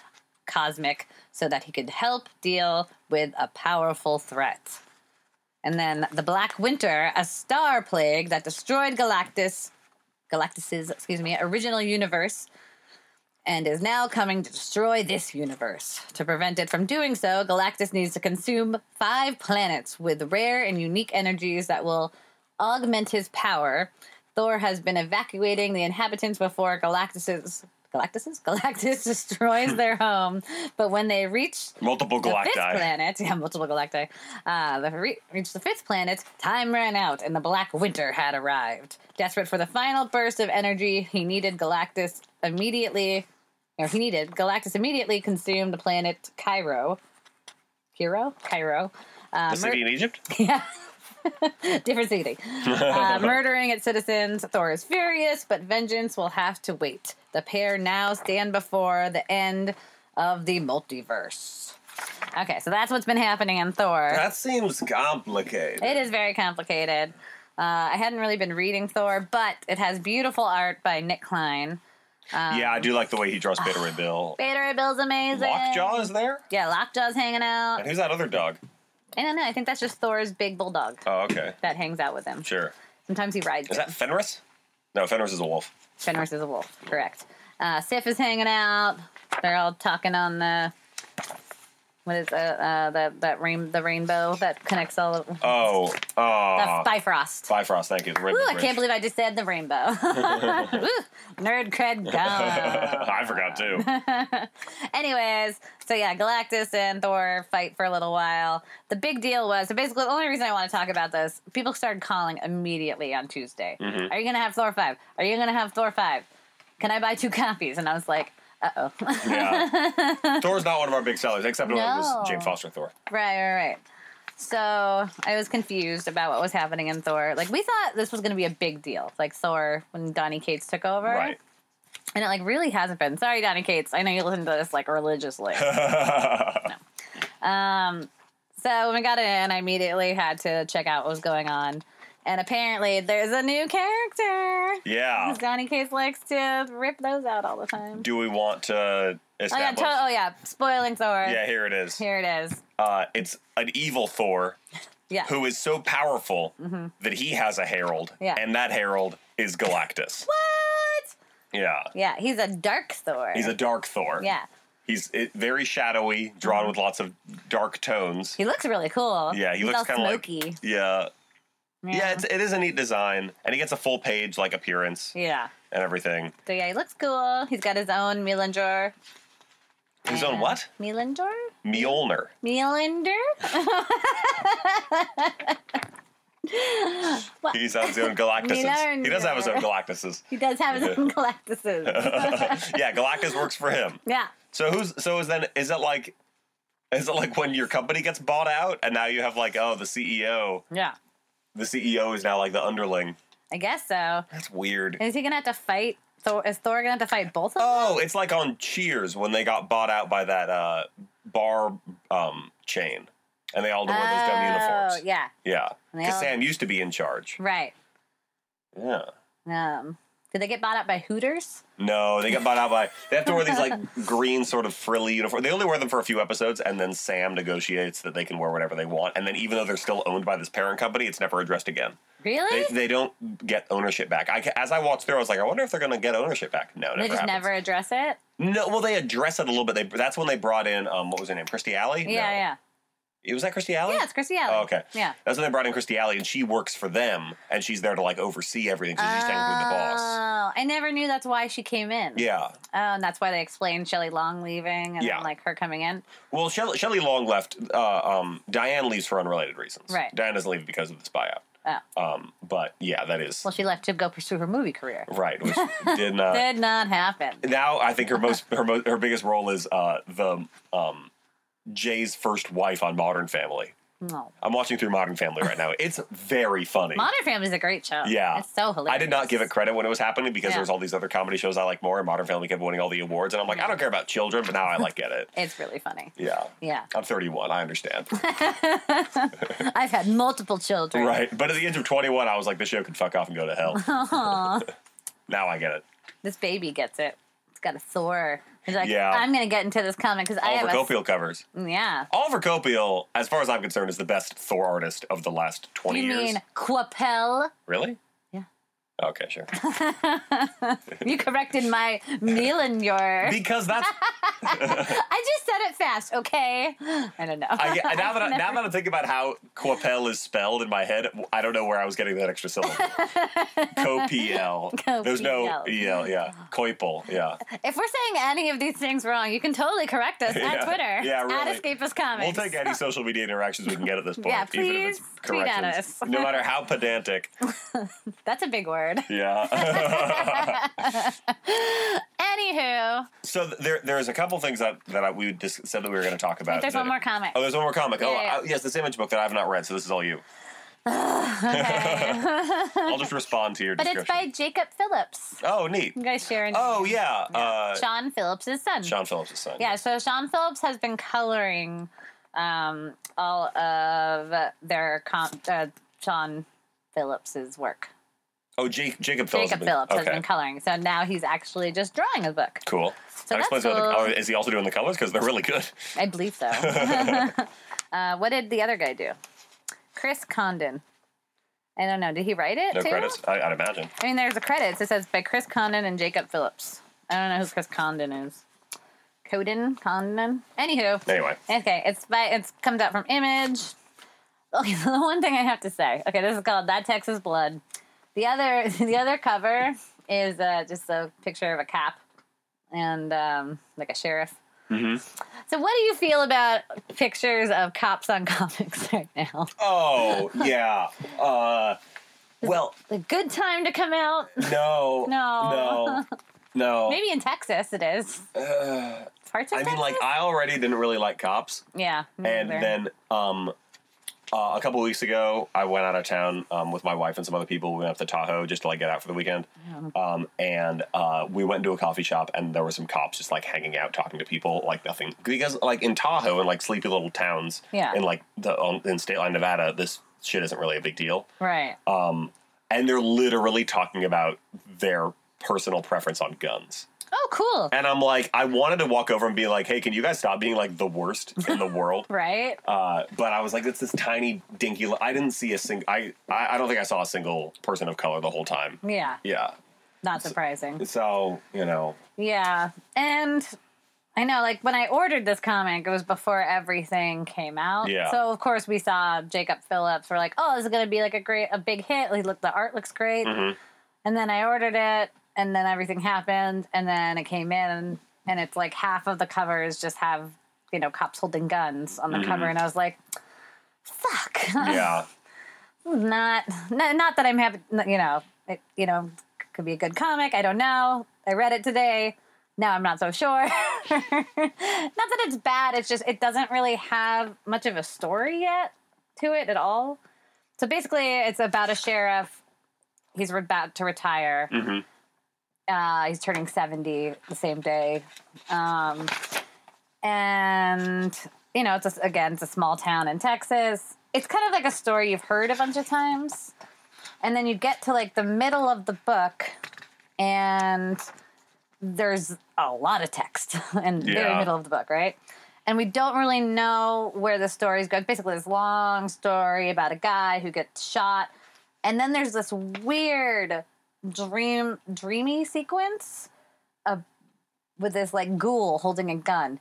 Speaker 2: cosmic so that he could help deal with a powerful threat. And then the Black Winter, a star plague that destroyed Galactus, Galactus's, excuse me, original universe, and is now coming to destroy this universe. To prevent it from doing so, Galactus needs to consume five planets with rare and unique energies that will augment his power. Thor has been evacuating the inhabitants before Galactus's Galactus's <laughs> Galactus destroys their home, but when they reach
Speaker 3: Multiple
Speaker 2: the fifth
Speaker 3: Galacti.
Speaker 2: planet, <laughs> yeah, multiple galacti, uh, the re- reached the fifth planet. Time ran out, and the Black Winter had arrived. Desperate for the final burst of energy, he needed Galactus immediately. Or he needed Galactus immediately consumed the planet Cairo. Cairo, Cairo. Uh,
Speaker 3: The
Speaker 2: mur-
Speaker 3: city in Egypt.
Speaker 2: yeah. Different city. Uh, murdering its citizens, Thor is furious, but vengeance will have to wait. The pair now stand before the end of the multiverse. Okay, so that's what's been happening in Thor.
Speaker 3: That seems complicated.
Speaker 2: It is very complicated. Uh, I hadn't really been reading Thor, but it has beautiful art by Nick Klein.
Speaker 3: yeah, I do like the way he draws Beta Ray Bill.
Speaker 2: Beta Ray Bill's amazing.
Speaker 3: Lockjaw is there?
Speaker 2: Yeah, Lockjaw's hanging out.
Speaker 3: And who's that other dog?
Speaker 2: I don't know. I think that's just Thor's big bulldog
Speaker 3: Oh, okay.
Speaker 2: that hangs out with him.
Speaker 3: Sure.
Speaker 2: Sometimes he rides.
Speaker 3: Is
Speaker 2: it.
Speaker 3: that Fenris? No, Fenris is a wolf.
Speaker 2: Fenris is a wolf, correct. Uh, Sif is hanging out. They're all talking on the what is uh, uh, that that rain the rainbow that connects all of
Speaker 3: Oh,
Speaker 2: the
Speaker 3: oh.
Speaker 2: Bifrost.
Speaker 3: Bifrost, thank you. The Rainbow
Speaker 2: Ooh, I
Speaker 3: Bridge.
Speaker 2: can't believe I just said the rainbow. <laughs> Ooh, nerd cred
Speaker 3: <laughs>
Speaker 2: gone.
Speaker 3: I
Speaker 2: <laughs>
Speaker 3: forgot too.
Speaker 2: Anyways, so yeah, Galactus and Thor fight for a little while. The big deal was so basically the only reason I want to talk about this, people started calling immediately on Tuesday. Are you gonna have Thor five? Are you gonna have Thor five? Can I buy two copies? And I was like, <laughs> Uh oh.
Speaker 3: Yeah. Thor's not one of our big sellers, except when it
Speaker 2: No.
Speaker 3: was Jane Foster Thor.
Speaker 2: Right, right, right. So I was confused about what was happening in Thor. Like we thought this was going to be a big deal, like Thor when Donny Cates took over,
Speaker 3: Right.
Speaker 2: and it like really hasn't been. Sorry, Donny Cates. I know you listen to this like
Speaker 3: <laughs>
Speaker 2: religiously. um, so when we got in, I immediately had to check out what was going on, and apparently there's a new character.
Speaker 3: yeah.
Speaker 2: Because Donny Cates likes to rip those out all the time.
Speaker 3: Do we want to
Speaker 2: Oh yeah,
Speaker 3: establish?
Speaker 2: to- oh yeah, spoiling Thor.
Speaker 3: yeah, here it is.
Speaker 2: Here it is.
Speaker 3: Uh, it's an evil Thor
Speaker 2: Yeah.
Speaker 3: who is so powerful that he has a herald,
Speaker 2: Mm-hmm. Yeah.
Speaker 3: and that herald is Galactus.
Speaker 2: What?
Speaker 3: Yeah.
Speaker 2: Yeah, he's a dark Thor.
Speaker 3: He's a dark Thor.
Speaker 2: yeah. Mm-hmm.
Speaker 3: He's it, very shadowy, drawn with lots of dark tones.
Speaker 2: He looks really cool.
Speaker 3: yeah, he
Speaker 2: He's
Speaker 3: looks
Speaker 2: all
Speaker 3: kind of like
Speaker 2: smoky.
Speaker 3: yeah, yeah. it's, it is a neat design, and he gets a full page like appearance
Speaker 2: yeah.
Speaker 3: and everything.
Speaker 2: So yeah, he looks cool. He's got his own Mjolnir.
Speaker 3: He's
Speaker 2: Uh,
Speaker 3: on what?
Speaker 2: Mjolnir?
Speaker 3: Mjolnir.
Speaker 2: <laughs> Mjolnir?
Speaker 3: He has
Speaker 2: <laughs>
Speaker 3: his own Galactuses. He does have his own Galactuses. <laughs>
Speaker 2: He does have his own Galactuses.
Speaker 3: yeah, Galactus works for him.
Speaker 2: Yeah.
Speaker 3: So who's so is then is it like is it like when your company gets bought out and now you have like oh the CEO
Speaker 2: Yeah.
Speaker 3: the CEO is now like the underling.
Speaker 2: I guess so.
Speaker 3: That's weird.
Speaker 2: Is he gonna have to fight Thor is Thor gonna have to fight both of them?
Speaker 3: Oh, it's like on Cheers when they got bought out by that uh, bar um, chain, and they all wore those dumb uniforms.
Speaker 2: Oh, yeah.
Speaker 3: Yeah,
Speaker 2: And they
Speaker 3: because
Speaker 2: all-
Speaker 3: Sam used to be in charge.
Speaker 2: Right.
Speaker 3: Yeah.
Speaker 2: Um did they get bought up by Hooters?
Speaker 3: No, they got bought out by. They have to wear
Speaker 2: <laughs>
Speaker 3: these like green sort of frilly uniform. They only wear them for a few episodes, and then Sam negotiates that they can wear whatever they want. And then even though they're still owned by this parent company, it's never addressed again.
Speaker 2: Really?
Speaker 3: They, they don't get ownership back. I, ca- as I watched through, I was like, I wonder if they're going to get ownership back. No,
Speaker 2: They
Speaker 3: never
Speaker 2: just
Speaker 3: happens.
Speaker 2: never address it?
Speaker 3: No, well, they address it a little bit. They, that's when they brought in um, what was her name, Christy Alley.
Speaker 2: Yeah, yeah.
Speaker 3: It was that Christy Alley.
Speaker 2: Yeah, it's Chrissy Alley.
Speaker 3: Oh, okay.
Speaker 2: Yeah.
Speaker 3: That's when they brought in Christy Alley, and she works for them, and she's there to like oversee everything. So she's technically the boss.
Speaker 2: Oh, I never knew that's why she came in.
Speaker 3: Yeah.
Speaker 2: Oh, and that's why they explained Shelley Long leaving and
Speaker 3: Yeah.
Speaker 2: then, like her coming in.
Speaker 3: Well, Shelley, Shelley Long left. Uh, um, Diane leaves for unrelated reasons.
Speaker 2: Right.
Speaker 3: Diane doesn't leave because of this buyout.
Speaker 2: Oh,
Speaker 3: Um, but yeah, that is
Speaker 2: well, she left to go pursue her movie career.
Speaker 3: right.
Speaker 2: <laughs>
Speaker 3: Which did not.
Speaker 2: Did not happen.
Speaker 3: Now I think her most her mo- her biggest role is uh, the um, Jay's first wife on Modern Family.
Speaker 2: No.
Speaker 3: I'm watching through Modern Family right now. It's very funny.
Speaker 2: Modern Family is a great show.
Speaker 3: Yeah.
Speaker 2: it's so hilarious.
Speaker 3: I did not give it credit when it was happening because
Speaker 2: Yeah.
Speaker 3: there was all these other comedy shows I like more, and Modern Family kept winning all the awards, and I'm like, I don't care about children, but now I like
Speaker 2: <laughs>
Speaker 3: get it.
Speaker 2: It's really funny.
Speaker 3: Yeah,
Speaker 2: Yeah,
Speaker 3: I'm 31,
Speaker 2: <laughs>
Speaker 3: I understand,
Speaker 2: I've had multiple children.
Speaker 3: right? But at the age of 21, I was like, this show can fuck off and go to hell. <laughs> now I get it.
Speaker 2: This baby gets it. It's got a sore. He's like,
Speaker 3: Yeah.
Speaker 2: I'm gonna get into this comic because I
Speaker 3: Oliver
Speaker 2: have a Mm.
Speaker 3: Copiel covers.
Speaker 2: yeah.
Speaker 3: Oliver Copiel, as far as I'm concerned, is the best Thor artist of the last 20
Speaker 2: You
Speaker 3: years.
Speaker 2: mean Quapel?
Speaker 3: really?
Speaker 2: Yeah.
Speaker 3: Okay, sure.
Speaker 2: You corrected my
Speaker 3: <laughs>
Speaker 2: Mjolnir.
Speaker 3: Because
Speaker 2: <laughs>
Speaker 3: that's
Speaker 2: I just said it fast, okay? I don't know. <laughs>
Speaker 3: I, get- now that I, now that I'm thinking about how Coppel is spelled in my head, I don't know where I was getting that
Speaker 2: <laughs>
Speaker 3: extra syllable. Copiel. There's no
Speaker 2: Copiel.
Speaker 3: el. Yeah, Coipel. Yeah,
Speaker 2: If we're saying any of these things wrong, you can totally correct us
Speaker 3: <laughs> Yeah.
Speaker 2: at Twitter.
Speaker 3: Yeah, really.
Speaker 2: At Escapist Comics.
Speaker 3: we'll take any social media interactions we can get at this
Speaker 2: <laughs>
Speaker 3: point.
Speaker 2: Yeah,
Speaker 3: even if it's
Speaker 2: please tweet at
Speaker 3: corrections.
Speaker 2: us.
Speaker 3: no matter
Speaker 2: <laughs>
Speaker 3: how pedantic.
Speaker 2: That's a big
Speaker 3: <laughs>
Speaker 2: word.
Speaker 3: Yeah.
Speaker 2: Anywho,
Speaker 3: so th- there, there's a couple things that that I, we dis- said that we were going to talk about.
Speaker 2: wait, there's
Speaker 3: that-
Speaker 2: one more comic.
Speaker 3: Oh, there's one more comic. oh,
Speaker 2: Yeah, yeah.
Speaker 3: uh, yes, this image book that I've not read. So this is all
Speaker 2: <sighs>
Speaker 3: you. <laughs> I'll just respond to your
Speaker 2: but
Speaker 3: description.
Speaker 2: it's by Jacob Phillips. <laughs>
Speaker 3: oh, neat.
Speaker 2: You guys sharing?
Speaker 3: Oh yeah. Uh,
Speaker 2: Sean Phillips' son.
Speaker 3: Sean Phillips' son.
Speaker 2: Mm-hmm. Yeah, so Sean Phillips has been coloring um, all of their com- uh, Sean Phillips' work.
Speaker 3: Oh, Jake, Jacob Phillips.
Speaker 2: Jacob
Speaker 3: has been-
Speaker 2: Phillips has
Speaker 3: okay.
Speaker 2: been coloring. So now he's actually just drawing a book.
Speaker 3: Cool. that
Speaker 2: that's
Speaker 3: explains why the-
Speaker 2: cool.
Speaker 3: oh, is he also doing the colors because they're really good?
Speaker 2: I believe
Speaker 3: <laughs>
Speaker 2: so. <laughs> uh, what did the other guy do? Chris Condon. I don't know. Did he write it?
Speaker 3: No
Speaker 2: too?
Speaker 3: credits, I, I'd imagine.
Speaker 2: I mean, there's the credits. It says by Chris Condon and Jacob Phillips. I don't know who Chris Condon is. Coden Condon. Anywho.
Speaker 3: Anyway,
Speaker 2: Okay, it's by it's comes out from Image. <laughs> Okay, so the one thing I have to say. Okay, this is called That Texas Blood. The other <laughs> the other cover is uh, just a picture of a cop and um, like a sheriff. So, what do you feel about pictures of cops on <laughs> comics right now?
Speaker 3: <laughs> oh yeah. Uh, well,
Speaker 2: <laughs> A good time to come out.
Speaker 3: no,
Speaker 2: No.
Speaker 3: no, No.
Speaker 2: <laughs> Maybe in Texas it is. Parts of
Speaker 3: Uh, I mean, like,
Speaker 2: Texas?
Speaker 3: I already didn't really like cops.
Speaker 2: yeah. me
Speaker 3: And
Speaker 2: neither.
Speaker 3: then um, uh, a couple weeks ago, I went out of town um, with my wife and some other people. We went up to Tahoe just to like get out for the weekend. Um, and uh, we went into a coffee shop, and there were some cops just like hanging out, talking to people, like nothing. Because like in Tahoe and like sleepy little towns,
Speaker 2: Yeah.
Speaker 3: in like the on, in state line Nevada, this shit isn't really a big deal.
Speaker 2: right.
Speaker 3: uh, And they're literally talking about their personal preference on guns.
Speaker 2: oh, cool.
Speaker 3: And I'm like, I wanted to walk over and be like, hey, can you guys stop being like the worst in the world?
Speaker 2: right.
Speaker 3: Uh, but I was like, it's this tiny dinky. Li- I didn't see a single. I, I I don't think I saw a single person of color the whole time.
Speaker 2: Yeah.
Speaker 3: Yeah.
Speaker 2: Not surprising.
Speaker 3: So you know,
Speaker 2: Yeah. And I know, like, when I ordered this comic, it was before everything came out.
Speaker 3: Yeah.
Speaker 2: So, of course, we saw Jacob Phillips. We're like, oh, this is going to be like a great, a big hit. Like, look, the art looks great.
Speaker 3: Mm-hmm.
Speaker 2: And then I ordered it, and then everything happened, and then it came in, and it's like half of the covers just have, you know, cops holding guns on the cover. And I was like, fuck.
Speaker 3: Mm-hmm.
Speaker 2: <laughs>
Speaker 3: yeah,
Speaker 2: not not, not that I'm happy. You know, it, you know, could be a good comic. I don't know. I read it today. Now I'm not so sure. <laughs> not that it's bad. It's just it doesn't really have much of a story yet to it at all. So basically, it's about a sheriff. He's re- about to retire. Uh, he's turning seventy the same day, um, and you know, it's a, again, it's a small town in Texas. It's kind of like a story you've heard a bunch of times, and then you get to like the middle of the book, and there's a lot of text <laughs> in the very
Speaker 3: Yeah.
Speaker 2: middle of the book, right? And we don't really know where the story's going. Basically, this long story about a guy who gets shot, and then there's this weird dream, dreamy sequence, of, with this like ghoul holding a gun.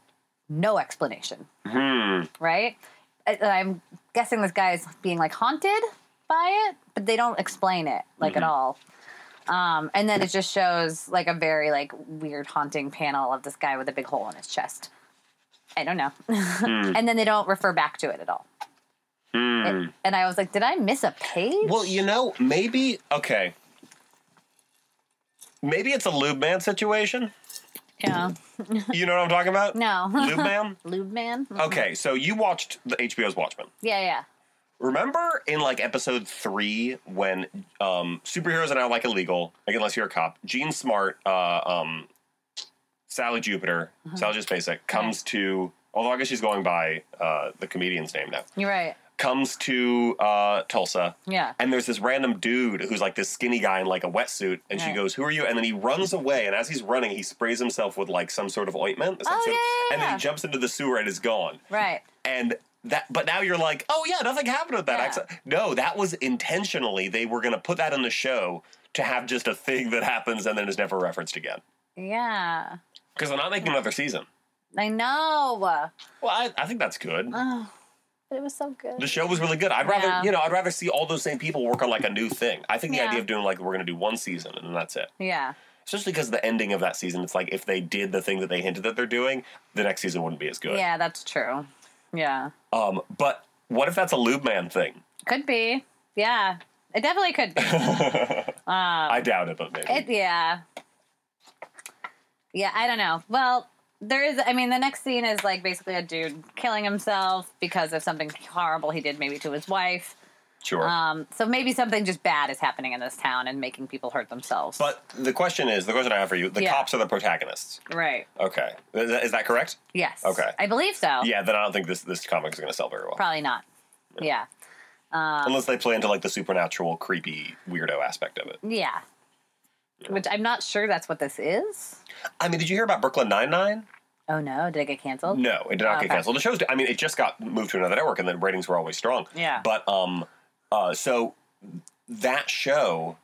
Speaker 2: No explanation right? I- I'm guessing this guy is being like haunted by it, but they don't explain it like at all. Um, and then it just shows like a very like weird haunting panel of this guy with a big hole in his chest. I don't know. <laughs> and then they don't refer back to it at all. It- and I was like, did I miss a page?
Speaker 3: Well, you know, maybe okay. Maybe it's a lube man situation.
Speaker 2: yeah.
Speaker 3: You know what I'm talking about?
Speaker 2: No. <laughs>
Speaker 3: Lube man.
Speaker 2: Lube man.
Speaker 3: Okay, so you watched the HBO's Watchmen.
Speaker 2: Yeah, yeah.
Speaker 3: Remember in like episode three when um, superheroes are now like illegal, like unless you're a cop. Gene Smart, uh, um, Sally Jupiter,
Speaker 2: Uh-huh.
Speaker 3: Sally Just Basic comes to. Although I guess she's going by uh, the comedian's name now.
Speaker 2: You're right.
Speaker 3: Comes to uh, Tulsa.
Speaker 2: Yeah.
Speaker 3: And there's this random dude who's like this skinny guy in like a wetsuit, and she
Speaker 2: Right.
Speaker 3: goes, "Who are you?" And then he runs away, and as he's running, he sprays himself with like some sort of ointment. some
Speaker 2: Oh,
Speaker 3: sort of-
Speaker 2: yeah, yeah,
Speaker 3: And then
Speaker 2: yeah.
Speaker 3: he jumps into the sewer and is gone
Speaker 2: Right.
Speaker 3: and that but now you're like oh yeah nothing happened with that
Speaker 2: Yeah.
Speaker 3: accident no that was intentionally they were going to put that in the show to have just a thing that happens and then is never referenced again
Speaker 2: Yeah.
Speaker 3: because they're not making another season
Speaker 2: I know.
Speaker 3: well i, I think that's good
Speaker 2: Oh, but it was so good.
Speaker 3: the show was really good i'd rather
Speaker 2: Yeah.
Speaker 3: you know i'd rather see all those same people work on like a new thing i think the
Speaker 2: Yeah.
Speaker 3: idea of doing like we're going to do one season and then that's it
Speaker 2: Yeah.
Speaker 3: especially because the ending of that season it's like if they did the thing that they hinted that they're doing the next season wouldn't be as good
Speaker 2: Yeah, that's true. Yeah.
Speaker 3: um but what if that's a lube man thing
Speaker 2: Could be. Yeah. It definitely could
Speaker 3: <coughs>
Speaker 2: be.
Speaker 3: i doubt it but maybe
Speaker 2: Uh, It, yeah. Yeah, I don't know. Well, there is, I mean, the next scene is like basically a dude killing himself because of something horrible he did maybe to his wife.
Speaker 3: sure
Speaker 2: Um, so maybe something just bad is happening in this town and making people hurt themselves.
Speaker 3: But the question is, the question I have for you: the
Speaker 2: Yeah.
Speaker 3: cops are the protagonists.
Speaker 2: right.
Speaker 3: Okay, is that, is that correct?
Speaker 2: Yes.
Speaker 3: Okay.
Speaker 2: I believe so.
Speaker 3: Yeah, then I don't think this this comic is going to sell very well,
Speaker 2: Probably not. Yeah.
Speaker 3: unless they play into like the supernatural, creepy, weirdo aspect of it.
Speaker 2: Yeah. Which I'm not sure that's what this is.
Speaker 3: I mean, did you hear about Brooklyn Nine Nine?
Speaker 2: Oh no, did it get canceled?
Speaker 3: No, it did not
Speaker 2: Okay.
Speaker 3: get canceled. The show's. I mean, it just got moved to another network, and the ratings were always strong.
Speaker 2: Yeah.
Speaker 3: But um, uh, so that show.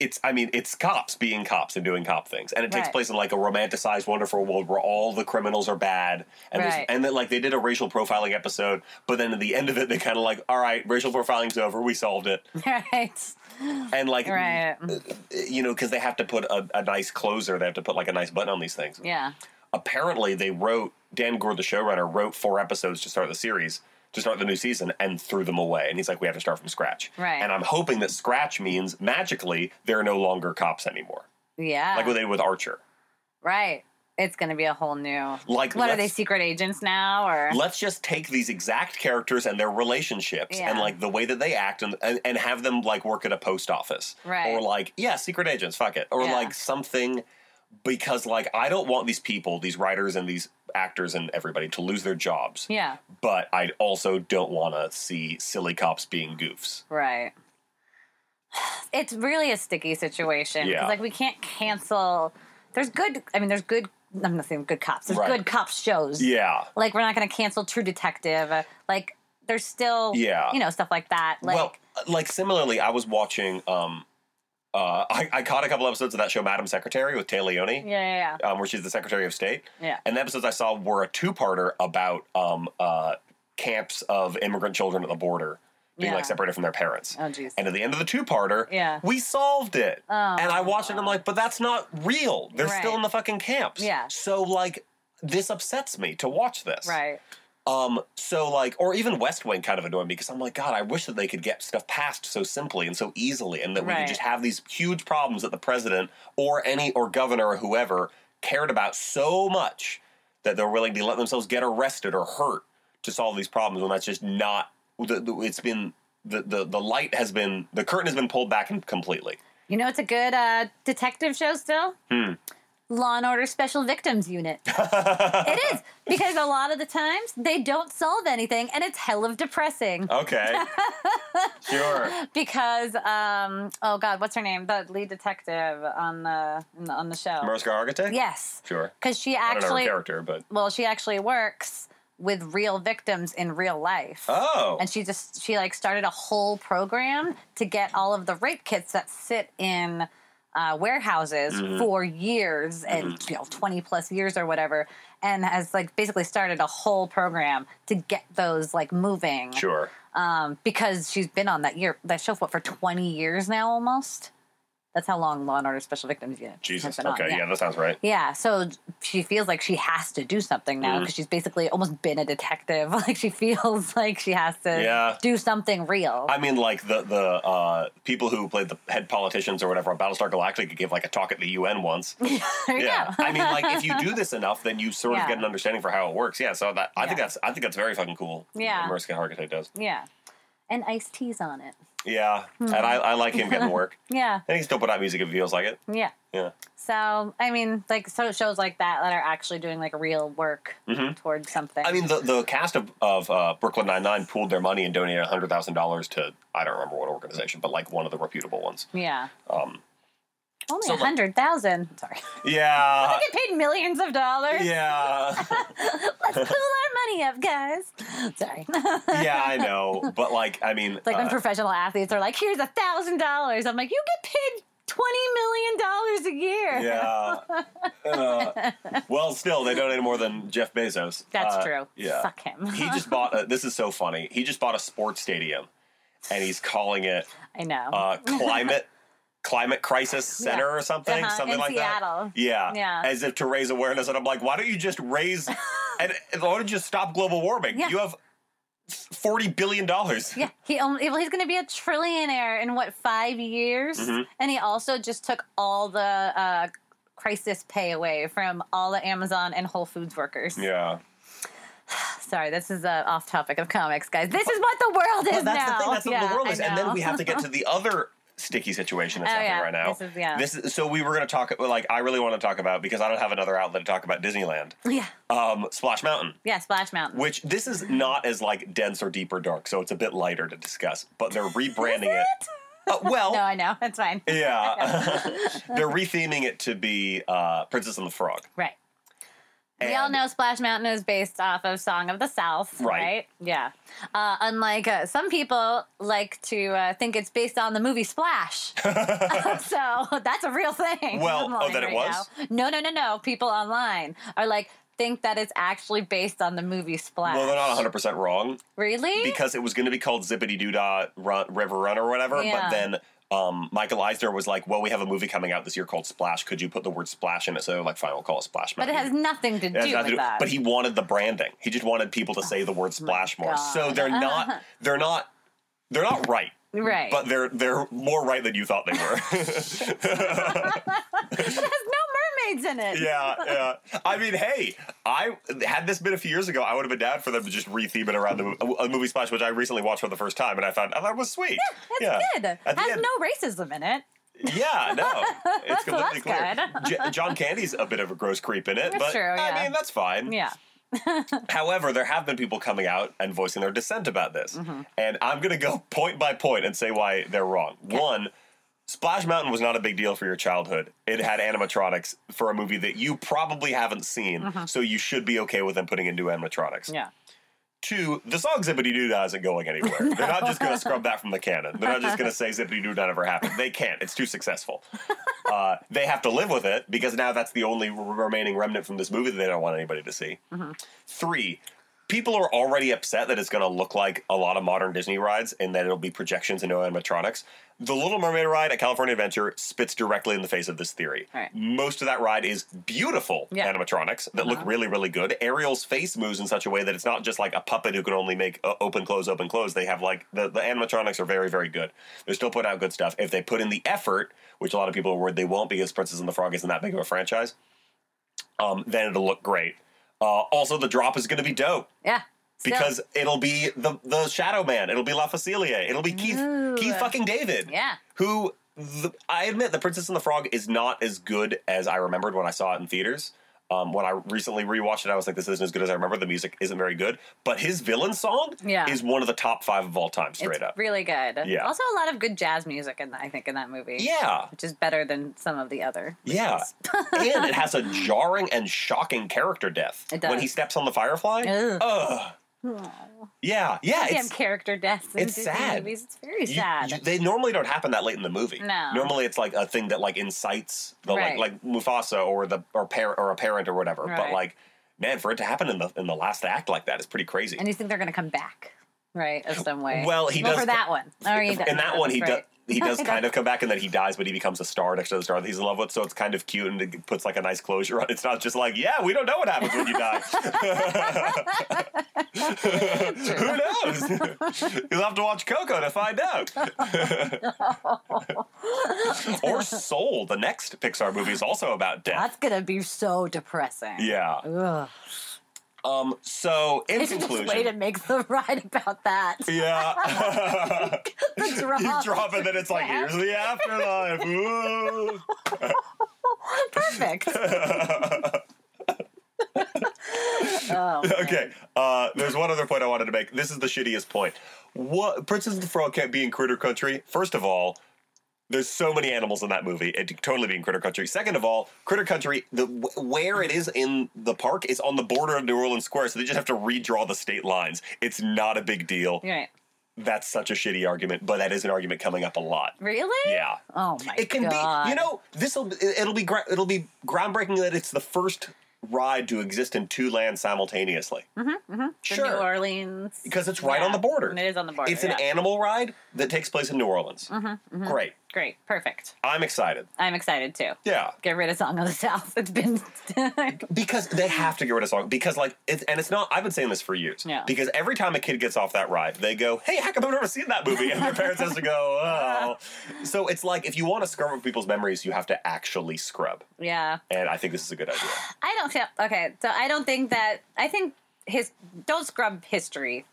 Speaker 3: It's, I mean, it's cops being cops and doing cop things, and it takes
Speaker 2: Right.
Speaker 3: place in like a romanticized, wonderful world where all the criminals are bad, and there's-
Speaker 2: Right.
Speaker 3: and then like they did a racial profiling episode, but then at the end of it, they kind of like, all right, racial profiling's over, we solved it,
Speaker 2: <laughs> right.
Speaker 3: and
Speaker 2: <laughs>
Speaker 3: like,
Speaker 2: Right. Mm-hmm.
Speaker 3: you know, because they have to put a, a nice closer, they have to put like a nice button on these things,
Speaker 2: Yeah.
Speaker 3: apparently they wrote Dan Gore, the showrunner, wrote four episodes to start the series, to start the new season, and threw them away. And he's like, we have to start from scratch.
Speaker 2: Right.
Speaker 3: And I'm hoping that scratch means magically they're no longer cops anymore.
Speaker 2: Yeah.
Speaker 3: like what they did with Archer.
Speaker 2: right. It's going to be a whole new.
Speaker 3: Like,
Speaker 2: what are they
Speaker 3: let's-
Speaker 2: secret agents now? Or
Speaker 3: Let's just take these exact characters and their relationships and
Speaker 2: Yeah.
Speaker 3: like the way that they act and, and and have them like work at a post office
Speaker 2: Right.
Speaker 3: or like yeah, secret agents, fuck it, or
Speaker 2: Yeah.
Speaker 3: like something because like I don't want these people, these writers and these actors and everybody to lose their jobs,
Speaker 2: yeah,
Speaker 3: but I also don't want to see silly cops being goofs.
Speaker 2: right. <sighs> It's really a sticky situation. 'cause,
Speaker 3: Yeah.
Speaker 2: Like we can't cancel. There's good. I mean, there's good. I'm not saying good cops. There's
Speaker 3: Right.
Speaker 2: good cops shows.
Speaker 3: Yeah.
Speaker 2: Like we're not going to cancel True Detective. uh, Like there's still.
Speaker 3: Yeah.
Speaker 2: You know stuff like that. Like
Speaker 3: well, like similarly, I was watching. um uh, I, I caught a couple episodes of that show, Madam Secretary, with Tay Leone,
Speaker 2: yeah, yeah,
Speaker 3: um, where she's the Secretary of State.
Speaker 2: yeah. yeah.
Speaker 3: And the episodes I saw were a two-parter about um, uh, camps of immigrant children at the border being
Speaker 2: Yeah.
Speaker 3: like separated from their parents.
Speaker 2: Oh jeez.
Speaker 3: And at the end of the two-parter,
Speaker 2: Yeah.
Speaker 3: we solved it.
Speaker 2: Oh,
Speaker 3: and I watched it. and I'm like, but that's not real. They're still
Speaker 2: Right.
Speaker 3: in the fucking camps.
Speaker 2: Yeah.
Speaker 3: So like, this upsets me to watch this.
Speaker 2: Right.
Speaker 3: Um, so like, or even West Wing kind of annoyed me because I'm like, God, I wish that they could get stuff passed so simply and so easily, and that we
Speaker 2: Right.
Speaker 3: could just have these huge problems that the president or any or governor or whoever cared about so much that they're willing to let themselves get arrested or hurt to solve these problems when that's just not. The, the, it's been the, the the light has been the curtain has been pulled back completely.
Speaker 2: You know, it's a good uh, detective show still.
Speaker 3: Hmm.
Speaker 2: Law and Order Special Victims Unit.
Speaker 3: <laughs>
Speaker 2: it is because a lot of the times they don't solve anything, and it's hell of depressing.
Speaker 3: Oh.
Speaker 2: <laughs>
Speaker 3: Okay, sure.
Speaker 2: Because um, oh god, what's her name? The lead detective on the in the- on the show.
Speaker 3: Mariska Hargitay.
Speaker 2: Yes,
Speaker 3: sure.
Speaker 2: because she
Speaker 3: I don't know her
Speaker 2: actually
Speaker 3: character, but
Speaker 2: well, she actually works with real victims in real life.
Speaker 3: oh,
Speaker 2: and she just she like started a whole program to get all of the rape kits that sit in uh, warehouses
Speaker 3: Mm-hmm.
Speaker 2: for years and you know 20 plus years or whatever and has like basically started a whole program to get those like moving
Speaker 3: sure.
Speaker 2: um, because she's been on that year that show for, for 20 years now almost that's how long law and order special victims unit has
Speaker 3: Jesus.
Speaker 2: been on,
Speaker 3: Okay, yeah, that sounds right.
Speaker 2: yeah, so she feels like she has to do something now
Speaker 3: Mm.
Speaker 2: because she's basically almost been a detective. <laughs> Like she feels <laughs> like she has to
Speaker 3: Yeah.
Speaker 2: do something real. <laughs>
Speaker 3: I mean, like the the uh, people who played the head politicians or whatever on Battlestar Galactica gave like a talk at the
Speaker 2: <laughs>
Speaker 3: UN once.
Speaker 2: there you
Speaker 3: yeah,
Speaker 2: go.
Speaker 3: I mean, like if you do this enough, then you sort
Speaker 2: Yeah.
Speaker 3: of get an understanding for how it works. Yeah, so that I think
Speaker 2: Yeah.
Speaker 3: that's I think that's very fucking cool.
Speaker 2: Yeah.
Speaker 3: what Mariska Hargitay does.
Speaker 2: <laughs> yeah, and iced teas on it.
Speaker 3: Yeah,
Speaker 2: Hmm.
Speaker 3: and I, I like
Speaker 2: <laughs>
Speaker 3: him getting work.
Speaker 2: Yeah,
Speaker 3: And he can still put out music if he feels like it.
Speaker 2: yeah.
Speaker 3: Yeah,
Speaker 2: So I mean, like so shows like that that are actually doing like real work towards something.
Speaker 3: Mm-hmm. I mean, the the cast of of uh, Brooklyn Nine Nine pooled their money and donated hundred thousand dollars to I don't remember what organization, but like one of the reputable ones.
Speaker 2: yeah,
Speaker 3: Um,
Speaker 2: only a
Speaker 3: so, like-
Speaker 2: hundred thousand. <laughs> Sorry,
Speaker 3: yeah,
Speaker 2: get paid millions of dollars. <laughs>
Speaker 3: yeah.
Speaker 2: Let's pool our money up, guys. <laughs> Sorry.
Speaker 3: yeah, I know. But like, I mean,
Speaker 2: It's like when
Speaker 3: uh,
Speaker 2: professional athletes are like, "Here's a thousand dollars." I'm like, "You get paid twenty million dollars a year."
Speaker 3: yeah. Uh, well, still, they donated more than Jeff Bezos.
Speaker 2: that's
Speaker 3: Uh,
Speaker 2: true.
Speaker 3: Yeah,
Speaker 2: fuck him.
Speaker 3: he just bought. A, this is so funny. He just bought a sports stadium, and he's calling it
Speaker 2: I know.
Speaker 3: uh, climate. Climate Crisis Center or something,
Speaker 2: Uh-huh,
Speaker 3: something
Speaker 2: in
Speaker 3: like
Speaker 2: Seattle.
Speaker 3: that. Yeah,
Speaker 2: Yeah.
Speaker 3: As if to raise awareness, and I'm like, why don't you
Speaker 2: <laughs>
Speaker 3: just raise? and and why don't you stop global warming?
Speaker 2: Yeah.
Speaker 3: You have forty billion dollars.
Speaker 2: yeah, he only, well, he's going to be a trillionaire in what five years,
Speaker 3: Mm-hmm.
Speaker 2: and he also just took all the uh, crisis pay away from all the Amazon and Whole Foods workers.
Speaker 3: yeah.
Speaker 2: Sorry, this is uh, off topic of comics, guys. This is what the world is
Speaker 3: But
Speaker 2: now.
Speaker 3: that's the thing. That's
Speaker 2: yeah,
Speaker 3: what the world
Speaker 2: I
Speaker 3: is. And
Speaker 2: know.
Speaker 3: then we have to get to the other sticky situation that's
Speaker 2: Oh,
Speaker 3: happening
Speaker 2: yeah.
Speaker 3: right now.
Speaker 2: This is- yeah.
Speaker 3: This is- so we were going to talk. Like, I really want to talk about because I don't have another outlet to talk about Disneyland.
Speaker 2: yeah,
Speaker 3: Um, Splash Mountain,
Speaker 2: yeah, Splash Mountain.
Speaker 3: which this is not as like dense or deep or dark, so it's a bit lighter to discuss.
Speaker 2: <laughs>
Speaker 3: But they're rebranding it. Uh, well,
Speaker 2: no, I know it's fine.
Speaker 3: yeah,
Speaker 2: <laughs>
Speaker 3: <laughs> they're retheming it to be uh, Princess and the Frog.
Speaker 2: Right. we all
Speaker 3: And-
Speaker 2: know Splash Mountain is based off of Song of the South,
Speaker 3: Right.
Speaker 2: right? Yeah. Uh, unlike uh, some people like to uh, think it's based on the movie
Speaker 3: <laughs>
Speaker 2: Splash. <laughs> so that's a real thing.
Speaker 3: Well,
Speaker 2: online
Speaker 3: oh, that it was?
Speaker 2: now. No, no, no, no. People online are like, think that it's actually based on the movie Splash.
Speaker 3: Well, they're not 100 percent wrong.
Speaker 2: really?
Speaker 3: <laughs> because it was going to be called Zippity Doo Dah Run, River Run or whatever. But
Speaker 2: Yeah.
Speaker 3: then um, Michael Eisner was like, "Well, we have a movie coming out this year called Splash. Could you put the word Splash in it?" So they're like, "Fine, we'll call it Splash."
Speaker 2: but it
Speaker 3: Mountain."
Speaker 2: has nothing to do
Speaker 3: It has
Speaker 2: with
Speaker 3: nothing to do-
Speaker 2: that. Oh
Speaker 3: But he wanted the branding. He just wanted people to say the word Splash more. So
Speaker 2: God. <laughs>
Speaker 3: they're not. They're not. They're not right.
Speaker 2: right.
Speaker 3: but they're they're more right than you thought they
Speaker 2: <laughs>
Speaker 3: were. <laughs>
Speaker 2: it has no mermaids in it.
Speaker 3: yeah, yeah. I mean, hey, I had this been a few years ago, I would have been down for them to just retheme it around the a movie splash, which I recently watched for the first time, and I found I thought it was sweet. Yeah,
Speaker 2: It's good.
Speaker 3: At the
Speaker 2: has
Speaker 3: end-
Speaker 2: no racism in it.
Speaker 3: Yeah, no, it's completely
Speaker 2: that's
Speaker 3: clear. J- John Candy's a bit of a gross creep in it,
Speaker 2: That's
Speaker 3: but
Speaker 2: true,
Speaker 3: I
Speaker 2: yeah.
Speaker 3: mean that's fine.
Speaker 2: Yeah.
Speaker 3: However, there have been people coming out and voicing their dissent about this.
Speaker 2: Mm-hmm.
Speaker 3: And I'm going to go <laughs> point by point and say why they're wrong. One, Splash Mountain was not a big deal for your childhood. It had animatronics for a movie that you probably haven't seen,
Speaker 2: Mm-hmm.
Speaker 3: so you should be okay with them putting in new animatronics.
Speaker 2: Yeah.
Speaker 3: Two, the song Zippity Doo Dah isn't going anywhere. They're not just going to scrub that from the canon. They're not just going to say Zippity Doo Dah never happened. They can't. It's too successful. Uh, they have to live with it because now that's the only remaining remnant from this movie that they don't want anybody to see. Three, people are already upset that it's going to look like a lot of modern Disney rides and that it'll be projections and no animatronics. The Little Mermaid ride at California Adventure spits directly in the face of this theory.
Speaker 2: Right.
Speaker 3: Most of that ride is beautiful
Speaker 2: Yeah.
Speaker 3: animatronics that look really, really good. Ariel's face moves in such a way that it's not just like a puppet who can only make uh, open, close, open, close. They have like the, the animatronics are very, very good. They're still putting out good stuff. If they put in the effort, which a lot of people are worried they won't because Princess and the Frog isn't that big of a franchise, um, then it'll look great. Uh, also, the drop is going to be dope
Speaker 2: Yeah. Still-
Speaker 3: because it'll be the the Shadow Man. It'll be La Facilia. It'll be Keith
Speaker 2: Ooh.
Speaker 3: Keith fucking David.
Speaker 2: Yeah.
Speaker 3: Who the, I admit, The Princess and the Frog is not as good as I remembered when I saw it in theaters. Um, when I recently rewatched it, I was like, "This isn't as good as I remember." The music isn't very good, but his villain song
Speaker 2: Yeah.
Speaker 3: is one of the top five of all time, straight
Speaker 2: it's
Speaker 3: up.
Speaker 2: really good.
Speaker 3: Yeah.
Speaker 2: Also, a lot of good jazz music, in I think, in that movie.
Speaker 3: yeah,
Speaker 2: Which is better than some of the other. <laughs>
Speaker 3: yeah, and it has a jarring and shocking character death
Speaker 2: It
Speaker 3: when
Speaker 2: does.
Speaker 3: he steps on the firefly.
Speaker 2: Ugh.
Speaker 3: Ugh. Yeah, yeah,
Speaker 2: Goddamn
Speaker 3: it's,
Speaker 2: character deaths. In
Speaker 3: it's
Speaker 2: Disney
Speaker 3: sad.
Speaker 2: Movies. It's very
Speaker 3: You-
Speaker 2: sad.
Speaker 3: you- they normally don't happen that late in the movie.
Speaker 2: No.
Speaker 3: Normally it's like a thing that like incites the
Speaker 2: Right.
Speaker 3: like like Mufasa or the or parent or a parent or whatever. But
Speaker 2: Right.
Speaker 3: like, man, for it to happen in the in the last act like that is pretty crazy.
Speaker 2: and you think they're going to come back, right? Of some way.
Speaker 3: Well, he does-
Speaker 2: for that one. Oh, he does.
Speaker 3: in that one, he
Speaker 2: That's right.
Speaker 3: does he
Speaker 2: <laughs>
Speaker 3: does kind of come back, and then he dies, but he becomes a star next to the star that he's in love with. So it's kind of cute, and it puts like a nice closure on. it. It's not just like, yeah, we don't know what happens when
Speaker 2: <laughs>
Speaker 3: you die. Who knows? <laughs> You'll have to watch Coco to
Speaker 2: <laughs>
Speaker 3: find out. or Soul, the next Pixar movie, is also about death.
Speaker 2: That's going to be so depressing.
Speaker 3: Yeah.
Speaker 2: Ugh.
Speaker 3: Um. So
Speaker 2: <laughs>
Speaker 3: in
Speaker 2: It's <laughs>
Speaker 3: conclusion,
Speaker 2: just way to make the ride about
Speaker 3: <laughs>
Speaker 2: that. <laughs>
Speaker 3: yeah.
Speaker 2: The
Speaker 3: <laughs> you
Speaker 2: drop.
Speaker 3: drop it, then it's like, here's the afterlife. Ooh. <laughs>
Speaker 2: Perfect. <laughs> oh,
Speaker 3: Okay. Uh, there's one other point I wanted to make. This is the shittiest point. What Princess and the Frog can't be in Critter Country. First of all, there's so many animals in that movie. It could totally be in Critter Country. Second of all, Critter Country, the wh- where it is in the park is on the border of New Orleans Square, so they just have to redraw the state lines. It's not a big deal.
Speaker 2: You're right.
Speaker 3: That's such a shitty argument, but that is an argument coming up a lot.
Speaker 2: Really?
Speaker 3: Yeah.
Speaker 2: Oh my
Speaker 3: It can
Speaker 2: God.
Speaker 3: be, you know, this will it'll be gra- it'll be groundbreaking that it's the first ride to exist in two lands simultaneously. Mm-hmm,
Speaker 2: The
Speaker 3: Sure,
Speaker 2: New Orleans.
Speaker 3: because it's right on the border.
Speaker 2: It is on the border.
Speaker 3: It's an
Speaker 2: yeah. Mm-hmm,
Speaker 3: animal ride that takes place in New Orleans. Great,
Speaker 2: Great. Perfect.
Speaker 3: I'm excited.
Speaker 2: I'm excited too.
Speaker 3: Yeah,
Speaker 2: Get rid of Song of the South. It's been. <laughs>
Speaker 3: because they have to get rid of song because like it's and it's not. I've been saying this for years.
Speaker 2: Yeah.
Speaker 3: Because every time a kid gets off that ride, they go, "Hey, how come I've never seen that
Speaker 2: <laughs>
Speaker 3: movie?" And their parents has to go, "Oh." So it's like if you want to scrub up people's memories, you have to actually scrub.
Speaker 2: yeah.
Speaker 3: And I think this is a
Speaker 2: <laughs>
Speaker 3: good idea.
Speaker 2: I don't feel okay. So I don't think that I think his don't scrub history,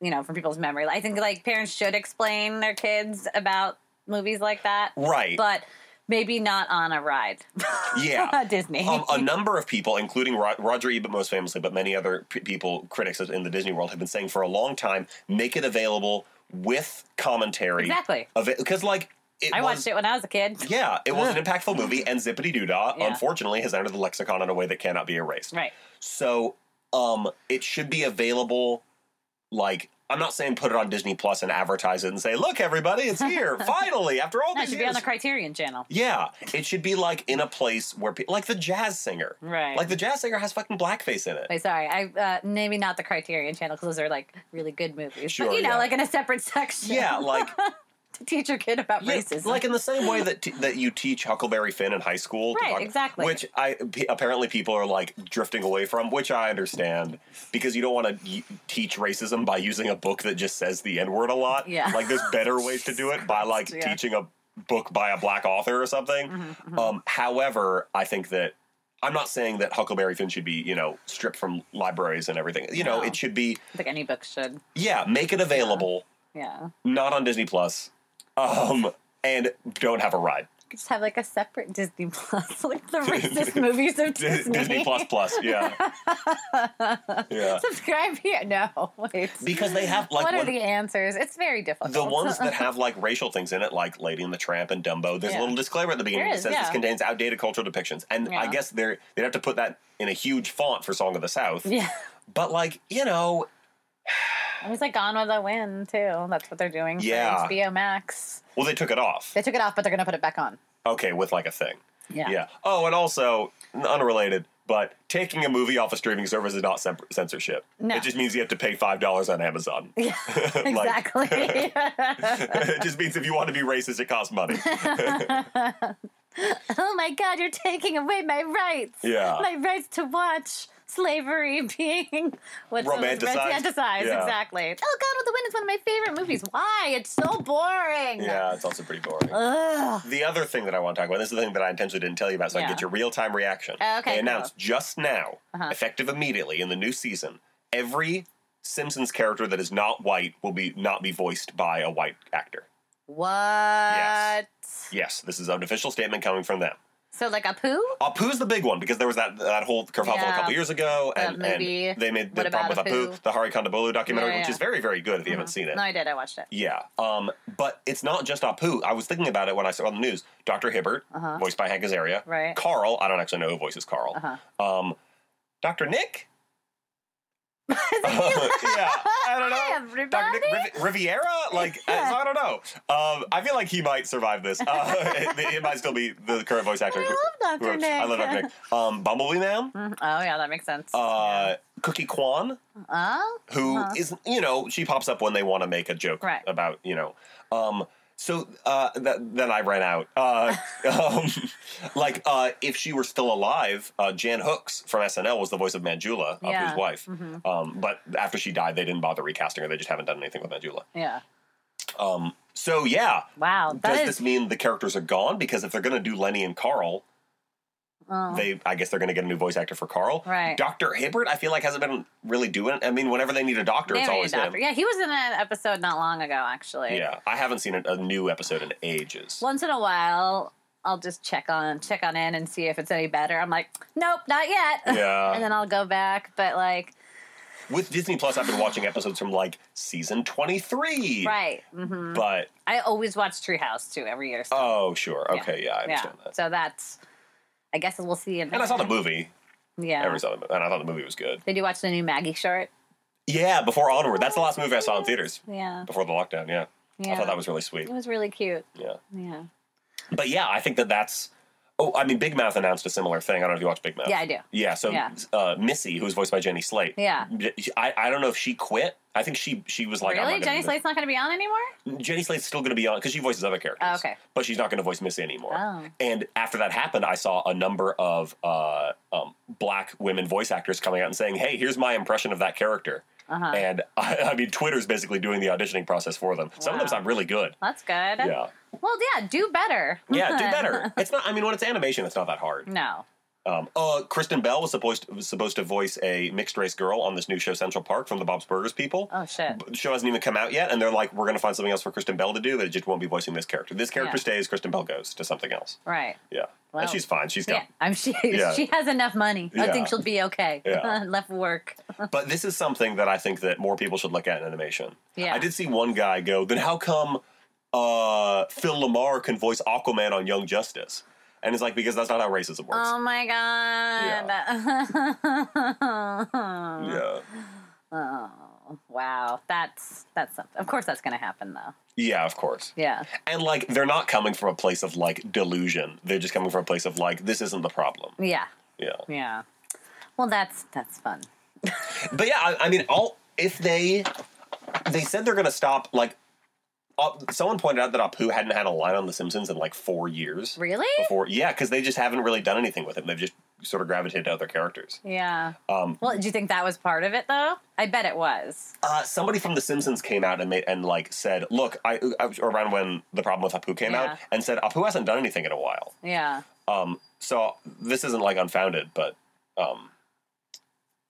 Speaker 2: you know, from people's memory. I think like parents should explain their kids about movies like that,
Speaker 3: Right.
Speaker 2: but maybe not on a ride. <laughs>
Speaker 3: yeah.
Speaker 2: Disney.
Speaker 3: Um, a number of people, including Ro- Roger Ebert most famously, but many other p- people, critics in the Disney world, have been saying for a long time, make it available with commentary.
Speaker 2: Exactly.
Speaker 3: Because, like,
Speaker 2: <laughs>
Speaker 3: it
Speaker 2: I
Speaker 3: was,
Speaker 2: watched it when I was a kid.
Speaker 3: Yeah, it was an impactful movie, and Zippity Doo Dah,
Speaker 2: Yeah.
Speaker 3: unfortunately, has entered the lexicon in a way that cannot be erased.
Speaker 2: Right.
Speaker 3: So, um, it should be available. Like, I'm not saying put it on Disney Plus and advertise it and say, "Look, everybody, it's
Speaker 2: <laughs>
Speaker 3: here! Finally, after all
Speaker 2: No, it
Speaker 3: these
Speaker 2: should be on
Speaker 3: years."
Speaker 2: the Criterion channel.
Speaker 3: Yeah, it should be like in a place where people like the jazz singer.
Speaker 2: Right.
Speaker 3: Like the jazz singer has fucking blackface in it.
Speaker 2: Wait, sorry. I uh, maybe not the Criterion channel because those are like really good movies.
Speaker 3: Sure,
Speaker 2: but you know, <laughs>
Speaker 3: yeah.
Speaker 2: like in a separate section.
Speaker 3: Yeah, like
Speaker 2: to teach your kid about
Speaker 3: Yeah,
Speaker 2: racism.
Speaker 3: Like in the same way that t- that you teach Huckleberry Finn in high school, to
Speaker 2: Right, exactly.
Speaker 3: Which I p- apparently people are like drifting away from, which I understand because you don't want to y- teach racism by using a book that just says the N word a lot.
Speaker 2: Yeah.
Speaker 3: like there's better ways to
Speaker 2: <laughs>
Speaker 3: do it by like
Speaker 2: Yeah. Mm-hmm,
Speaker 3: teaching a book by a black author or something. Um, however, I think that. I'm not saying that Huckleberry Finn should be, you know, stripped from libraries and everything. You know,
Speaker 2: No.
Speaker 3: it should be,
Speaker 2: I think any book should.
Speaker 3: yeah, make it available,
Speaker 2: Yeah.
Speaker 3: not on Disney Plus, um, and don't have
Speaker 2: <laughs>
Speaker 3: a ride.
Speaker 2: Just have like a separate Disney Plus, <laughs> like
Speaker 3: <laughs>
Speaker 2: the racist movies of
Speaker 3: Dis-
Speaker 2: Disney.
Speaker 3: Disney Plus Plus, yeah,
Speaker 2: <laughs>
Speaker 3: yeah.
Speaker 2: Subscribe here. No, wait.
Speaker 3: Because they have like
Speaker 2: what are
Speaker 3: one,
Speaker 2: the answers? It's very difficult.
Speaker 3: the ones that have like racial things in it, like Lady and the Tramp and Dumbo. There's
Speaker 2: Yeah.
Speaker 3: a little disclaimer at the beginning
Speaker 2: There
Speaker 3: that
Speaker 2: is,
Speaker 3: says this
Speaker 2: yeah.
Speaker 3: contains outdated cultural depictions, and I
Speaker 2: Yeah.
Speaker 3: guess they're they'd have to put that in a huge font for Song of the
Speaker 2: <laughs>
Speaker 3: South.
Speaker 2: yeah.
Speaker 3: But like you know,
Speaker 2: It was like Gone with the Wind too. That's what they're doing.
Speaker 3: Yeah.
Speaker 2: For HBO Max.
Speaker 3: well they took it off.
Speaker 2: They took it off, but they're gonna put it back on.
Speaker 3: Okay, with like a thing.
Speaker 2: Yeah.
Speaker 3: Yeah. Oh, and also unrelated, but taking a movie off a streaming service is not cen- censorship.
Speaker 2: No.
Speaker 3: It just means you have to pay five dollars
Speaker 2: <laughs>
Speaker 3: on Amazon. <laughs> Yeah,
Speaker 2: Exactly.
Speaker 3: <laughs> it just means if you want to be racist, it
Speaker 2: <laughs>
Speaker 3: costs money.
Speaker 2: oh my God! You're taking away my rights.
Speaker 3: Yeah.
Speaker 2: My rights to watch slavery <laughs> being what's
Speaker 3: Romanticized?
Speaker 2: Romanticized.
Speaker 3: Yeah.
Speaker 2: Exactly. Oh, Gone with the Wind is one of my favorite movies. Why? It's so boring.
Speaker 3: Yeah, it's also pretty boring.
Speaker 2: Ugh.
Speaker 3: The other thing that I want to talk about, this is the thing that I intentionally didn't tell you about, so I
Speaker 2: Yeah.
Speaker 3: get your real time reaction.
Speaker 2: Oh, okay,
Speaker 3: They
Speaker 2: cool. Uh-huh.
Speaker 3: announced just now, effective immediately in the new season, every Simpsons character that is not white will be not be voiced by a white actor.
Speaker 2: What?
Speaker 3: Yes, this is an official statement coming from them.
Speaker 2: So like a poo?
Speaker 3: Apu's the big one because there was that that whole kerfuffle a
Speaker 2: Yeah.
Speaker 3: couple years ago,
Speaker 2: That
Speaker 3: and,
Speaker 2: movie,
Speaker 3: and they made the
Speaker 2: What
Speaker 3: problem with
Speaker 2: About
Speaker 3: Apu,
Speaker 2: Apu?
Speaker 3: the Hari Kondabolu documentary,
Speaker 2: Yeah,
Speaker 3: which
Speaker 2: yeah. Mm-hmm.
Speaker 3: is very very good if you haven't seen it.
Speaker 2: No, I did. I watched it.
Speaker 3: Yeah, um, but it's not just Apu. I was thinking about it when I saw on the news. Doctor Hibbert, voiced by Hank Azaria.
Speaker 2: Uh-huh. Right.
Speaker 3: Carl, I don't actually know who voices Carl.
Speaker 2: Uh-huh.
Speaker 3: Um, Doctor
Speaker 2: <laughs>
Speaker 3: Nick. <laughs> yeah, I don't know.
Speaker 2: Hi, everybody.
Speaker 3: Dr. Nick Riv- Riviera,
Speaker 2: <laughs>
Speaker 3: like I- so I don't know. Um, I feel like he might survive this. Uh, <laughs> it, it might still be the current voice actor.
Speaker 2: I
Speaker 3: who-
Speaker 2: love Dr.
Speaker 3: who- I love Dr. Nick. Um, Bumblebee Man,
Speaker 2: Mhm. <laughs> Oh yeah, that makes sense.
Speaker 3: uh, Cookie Kwan,
Speaker 2: oh,
Speaker 3: who is you know she pops up when they want to make a joke
Speaker 2: Right.
Speaker 3: about you know um so uh th- then i ran out
Speaker 2: <laughs>
Speaker 3: uh um, like uh if she were still alive uh jan hooks from snl was the voice of manjula uh,
Speaker 2: Yeah. Mm-hmm.
Speaker 3: his wife um but after she died they didn't bother recasting her they just haven't done anything with manjula
Speaker 2: yeah.
Speaker 3: um so yeah
Speaker 2: Wow,
Speaker 3: does
Speaker 2: that is.
Speaker 3: this mean the characters are gone because if they're going to do lenny and carl
Speaker 2: oh.
Speaker 3: they I guess they're going to get a new voice actor for Carl.
Speaker 2: Right.
Speaker 3: Dr. Hibbert, I feel like hasn't been really doing it. I mean, whenever they need a doctor,
Speaker 2: They
Speaker 3: it's
Speaker 2: have a
Speaker 3: always
Speaker 2: doctor.
Speaker 3: him.
Speaker 2: Yeah, he was in an episode not long ago, actually.
Speaker 3: Yeah. I haven't seen a, a new episode in ages.
Speaker 2: Once in a while, I'll just check on check on in and see if it's any better. I'm like, nope, not yet. <laughs>
Speaker 3: Yeah.
Speaker 2: and then I'll go back, but like,
Speaker 3: With Disney Plus, I've been watching episodes from like season 23.
Speaker 2: right? hmm
Speaker 3: But
Speaker 2: I always watch Treehouse too every year. So,
Speaker 3: oh, sure. Okay, yeah, I understand that.
Speaker 2: So that's. I guess we'll see. In
Speaker 3: and I saw the movie.
Speaker 2: <laughs> Yeah.
Speaker 3: Every saw the, mo- and I thought the movie was good.
Speaker 2: Did you watch the new Maggie short?
Speaker 3: Yeah, before Onward. That's the last movie I saw in theaters
Speaker 2: Yeah.
Speaker 3: before the lockdown. Yeah.
Speaker 2: yeah.
Speaker 3: I thought that was really sweet.
Speaker 2: It was really cute.
Speaker 3: Yeah.
Speaker 2: Yeah.
Speaker 3: But yeah, I think that that's. Oh, I mean, Big Mouth announced a similar thing. I don't know if you watch Big Mouth.
Speaker 2: Yeah, I do.
Speaker 3: Yeah, so
Speaker 2: Yeah.
Speaker 3: Uh, Missy, who was voiced by Jenny Slate.
Speaker 2: Yeah.
Speaker 3: I, I don't know if she quit. I think she she was like, I'm
Speaker 2: really?
Speaker 3: not
Speaker 2: Jenny
Speaker 3: gonna
Speaker 2: Slate's not going to be on anymore?
Speaker 3: do this. Jenny Slate's still going to be on because she voices other characters.
Speaker 2: Oh, okay.
Speaker 3: But she's not going to voice Missy anymore.
Speaker 2: Oh.
Speaker 3: And after that happened, I saw a number of uh, um, black women voice actors coming out and saying, hey, here's my impression of that character.
Speaker 2: Uh-huh.
Speaker 3: And I, I mean, Twitter's basically doing the auditioning process for them. Some of them
Speaker 2: Wow.
Speaker 3: sound really good.
Speaker 2: That's good.
Speaker 3: Yeah.
Speaker 2: Well, yeah, do better.
Speaker 3: Yeah, do
Speaker 2: <laughs>
Speaker 3: better. It's not, I mean, when it's animation, it's not that hard.
Speaker 2: no.
Speaker 3: Um, uh, Kristen Bell was supposed was supposed to voice a mixed race girl on this new show Central Park from the Bob's Burgers people.
Speaker 2: Oh, shit.
Speaker 3: The show hasn't even come out yet, and they're like, "We're going to find something else for Kristen Bell to do, but it just won't be voicing this character. This character
Speaker 2: Yeah.
Speaker 3: stays. Kristen Bell goes to something else.
Speaker 2: Right.
Speaker 3: Yeah,
Speaker 2: Wow.
Speaker 3: and she's fine. She's
Speaker 2: Yeah,
Speaker 3: done.
Speaker 2: I'm she. <laughs>
Speaker 3: Yeah.
Speaker 2: She has enough money. I
Speaker 3: Yeah.
Speaker 2: think she'll be okay.
Speaker 3: Yeah.
Speaker 2: <laughs> Left work.
Speaker 3: But this is something that I think that more people should look at in animation.
Speaker 2: Yeah.
Speaker 3: I did see one guy go, "Then how come uh, Phil Lamar can voice Aquaman on Young Justice?" And it's like because that's not how racism works.
Speaker 2: Oh my god.
Speaker 3: yeah.
Speaker 2: Oh <laughs> wow. That's that's something. Of course, that's gonna happen though.
Speaker 3: Yeah, of course.
Speaker 2: Yeah.
Speaker 3: And like they're not coming from a place of like delusion. They're just coming from a place of like this isn't the problem.
Speaker 2: Yeah.
Speaker 3: Yeah.
Speaker 2: Yeah. Well, that's that's fun.
Speaker 3: But yeah, I, I mean all if they they said they're going to stop like uh, someone pointed out that Apu hadn't had a line on The Simpsons in like four years.
Speaker 2: Really?
Speaker 3: Before, yeah, because they just haven't really done anything with him. They've just sort of gravitated to other characters.
Speaker 2: Yeah.
Speaker 3: Um,
Speaker 2: Well, do you think that was part of it though? I bet it was.
Speaker 3: uh, somebody from The Simpsons came out and made, and like said, "Look, I, I was around when the problem with Apu came
Speaker 2: Yeah.
Speaker 3: out, and said Apu hasn't done anything in a while."
Speaker 2: Yeah.
Speaker 3: Um, so this isn't like unfounded, but um,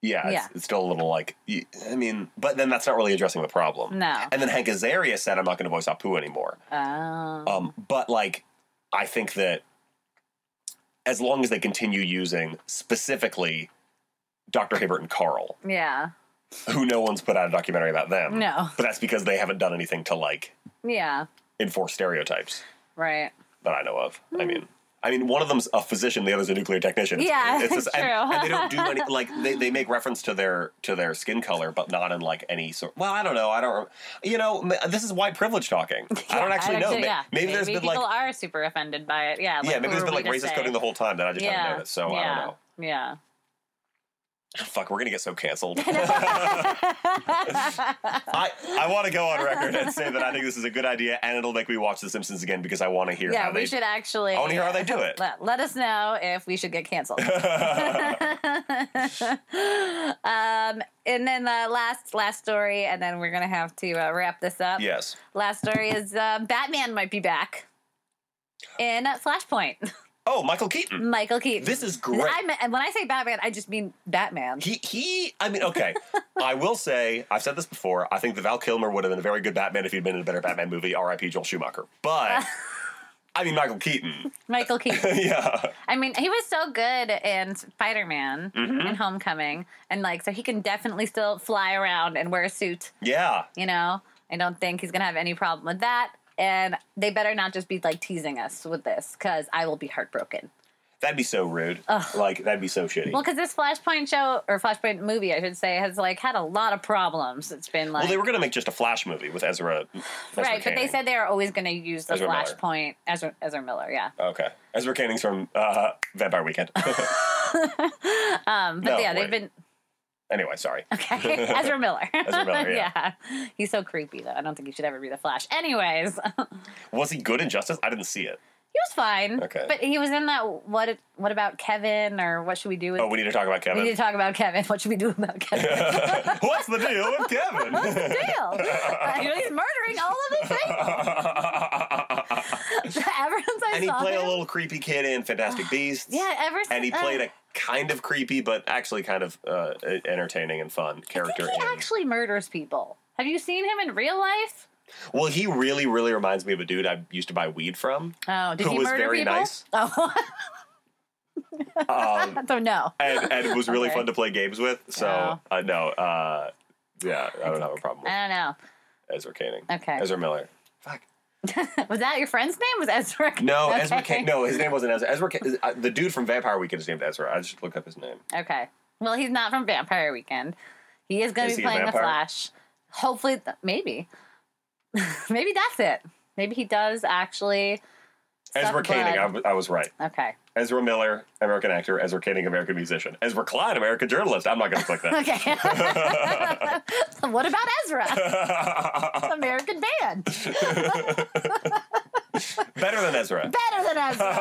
Speaker 3: yeah,
Speaker 2: Yeah.
Speaker 3: It's, it's still a little like y- I mean, but then that's not really addressing the problem.
Speaker 2: No.
Speaker 3: And then Hank Azaria said, "I'm not going to voice Apu anymore."
Speaker 2: Oh.
Speaker 3: Um, but like, I think that as long as they continue using specifically Dr. Hibbert and Carl,
Speaker 2: yeah.
Speaker 3: who no one's put out a documentary about them,
Speaker 2: No.
Speaker 3: but that's because they haven't done anything to like
Speaker 2: Yeah.
Speaker 3: enforce stereotypes
Speaker 2: Right.
Speaker 3: that I know of.
Speaker 2: Hmm.
Speaker 3: I mean, I mean, one of them's a physician, the other's a nuclear technician. It's-
Speaker 2: Yeah, <laughs>
Speaker 3: it's just- And,
Speaker 2: true.
Speaker 3: and they don't
Speaker 2: <laughs>
Speaker 3: do any like they, they make reference to their to their skin color, but not in like any sort. Well, I don't know. I don't. You know, m- this is white
Speaker 2: <laughs>
Speaker 3: privilege talking. I don't actually know.
Speaker 2: think- yeah.
Speaker 3: Ma- Maybe, there's been
Speaker 2: people
Speaker 3: like
Speaker 2: are super offended by it. Yeah.
Speaker 3: yeah, maybe there's
Speaker 2: who
Speaker 3: been
Speaker 2: are
Speaker 3: like
Speaker 2: we to
Speaker 3: racist
Speaker 2: say?
Speaker 3: coding the whole time that I just haven't noticed. So I don't know.
Speaker 2: yeah.
Speaker 3: Fuck, we're gonna get
Speaker 2: <laughs>
Speaker 3: so canceled. <laughs> I I want to go on record and say that I think this is a good idea, and it'll make me watch The Simpsons again because I want to hear.
Speaker 2: Yeah,
Speaker 3: how
Speaker 2: we
Speaker 3: they,
Speaker 2: should actually.
Speaker 3: I wanna hear how they
Speaker 2: <laughs>
Speaker 3: do it.
Speaker 2: Let, let us know if we should get canceled. <laughs> um, and then the last last story, and then we're gonna have to uh, wrap this up.
Speaker 3: <laughs> Yes.
Speaker 2: Last story is uh, Batman might be back in Flashpoint. <laughs>
Speaker 3: Oh, Michael Keaton.
Speaker 2: Michael Keaton.
Speaker 3: This is great.
Speaker 2: I mean, and when I say Batman, I just mean Batman.
Speaker 3: He, <laughs> he, I
Speaker 2: <laughs>
Speaker 3: mean, okay. I will say, I've said this before, I think that Val Kilmer would have been a very good Batman if he'd been in a better Batman movie, R.I.P. Joel Schumacher.
Speaker 2: <laughs>
Speaker 3: But, I mean, Michael Keaton. <laughs>
Speaker 2: Michael Keaton.
Speaker 3: yeah.
Speaker 2: I mean, he was so good in Spider Man
Speaker 3: Mm-hmm.
Speaker 2: and Homecoming, and like, so he can definitely still fly around and wear a suit.
Speaker 3: Yeah.
Speaker 2: You know, I don't think he's gonna have any problem with that. And they better not just be like teasing us with this, because I will be heartbroken.
Speaker 3: That'd be so rude. Like, that'd be so shitty.
Speaker 2: Well,
Speaker 3: Well,
Speaker 2: because this Flashpoint show or Flashpoint movie, I should say, has like had a lot of problems. It's been like
Speaker 3: they were going to make just a Flash movie with Ezra. Ezra
Speaker 2: right, but they
Speaker 3: Canning.
Speaker 2: said they were always going to use the
Speaker 3: Ezra Miller.
Speaker 2: Flashpoint Ezra, Ezra Miller. Yeah,
Speaker 3: Okay. Ezra Canning's from uh, Vampire
Speaker 2: <laughs>
Speaker 3: Weekend. <laughs>
Speaker 2: um, but
Speaker 3: No,
Speaker 2: yeah, they've
Speaker 3: wait.
Speaker 2: been
Speaker 3: anyway, sorry.
Speaker 2: okay.
Speaker 3: <laughs>
Speaker 2: <laughs> Ezra Miller.
Speaker 3: Ezra Miller, yeah.
Speaker 2: <laughs> yeah, he's so creepy though. I don't think he should ever be the Flash. Anyways, <laughs>
Speaker 3: Was he good in Justice? I didn't see it.
Speaker 2: He was fine.
Speaker 3: Okay.
Speaker 2: But he was in that what what about Kevin or what should we do with
Speaker 3: Oh, we need to talk about
Speaker 2: we
Speaker 3: Kevin.
Speaker 2: need to talk about Kevin. What should we do about
Speaker 3: <laughs>
Speaker 2: Kevin?
Speaker 3: What's the deal with Kevin?
Speaker 2: Deal. Uh, you know, he's murdering all of his things. <laughs> ever since I
Speaker 3: <laughs> and he
Speaker 2: saw
Speaker 3: played
Speaker 2: him.
Speaker 3: a little creepy kid in
Speaker 2: <sighs>
Speaker 3: Fantastic Beasts.
Speaker 2: yeah, ever since
Speaker 3: and he
Speaker 2: uh,
Speaker 3: played a kind of creepy, but actually kind of uh, entertaining and fun
Speaker 2: I
Speaker 3: character.
Speaker 2: think he
Speaker 3: in-
Speaker 2: actually murders people. Have you seen him in real life?
Speaker 3: well, he really, really reminds me of a dude I used to buy weed
Speaker 2: <laughs>
Speaker 3: from,
Speaker 2: Oh, did
Speaker 3: Who
Speaker 2: he
Speaker 3: was
Speaker 2: murder
Speaker 3: very
Speaker 2: people?
Speaker 3: nice.
Speaker 2: <laughs> Oh,
Speaker 3: um,
Speaker 2: so no.
Speaker 3: and, and it was really
Speaker 2: Okay.
Speaker 3: fun to play games with. So
Speaker 2: Wow.
Speaker 3: uh, no, uh, yeah, I don't have a problem with
Speaker 2: I don't know. <laughs>
Speaker 3: Ezra Canning.
Speaker 2: Uh, Okay.
Speaker 3: Ezra Miller. Fuck.
Speaker 2: Was that your friend's name? Was Ezra? <laughs>
Speaker 3: No,
Speaker 2: Okay.
Speaker 3: Ezra. Can- no, his name wasn't Ezra. Ezra, Can- uh, the dude from Vampire Weekend is named Ezra. I just looked up his name.
Speaker 2: Okay. Well, he's not from Vampire Weekend. He is going
Speaker 3: Is
Speaker 2: to be
Speaker 3: he a
Speaker 2: playing the
Speaker 3: vampire?
Speaker 2: Flash. Hopefully, th- maybe. <laughs> maybe that's it. Maybe he does actually. suck
Speaker 3: Ezra Canning. I
Speaker 2: blood.
Speaker 3: w- I was right.
Speaker 2: Okay.
Speaker 3: Ezra Miller, American actor. Ezra Canning, American musician. Ezra Klein, American journalist. I'm not going to
Speaker 2: <laughs>
Speaker 3: click that.
Speaker 2: Okay. what about Ezra?
Speaker 3: <laughs>
Speaker 2: American band.
Speaker 3: Better than Ezra.
Speaker 2: Better than Ezra.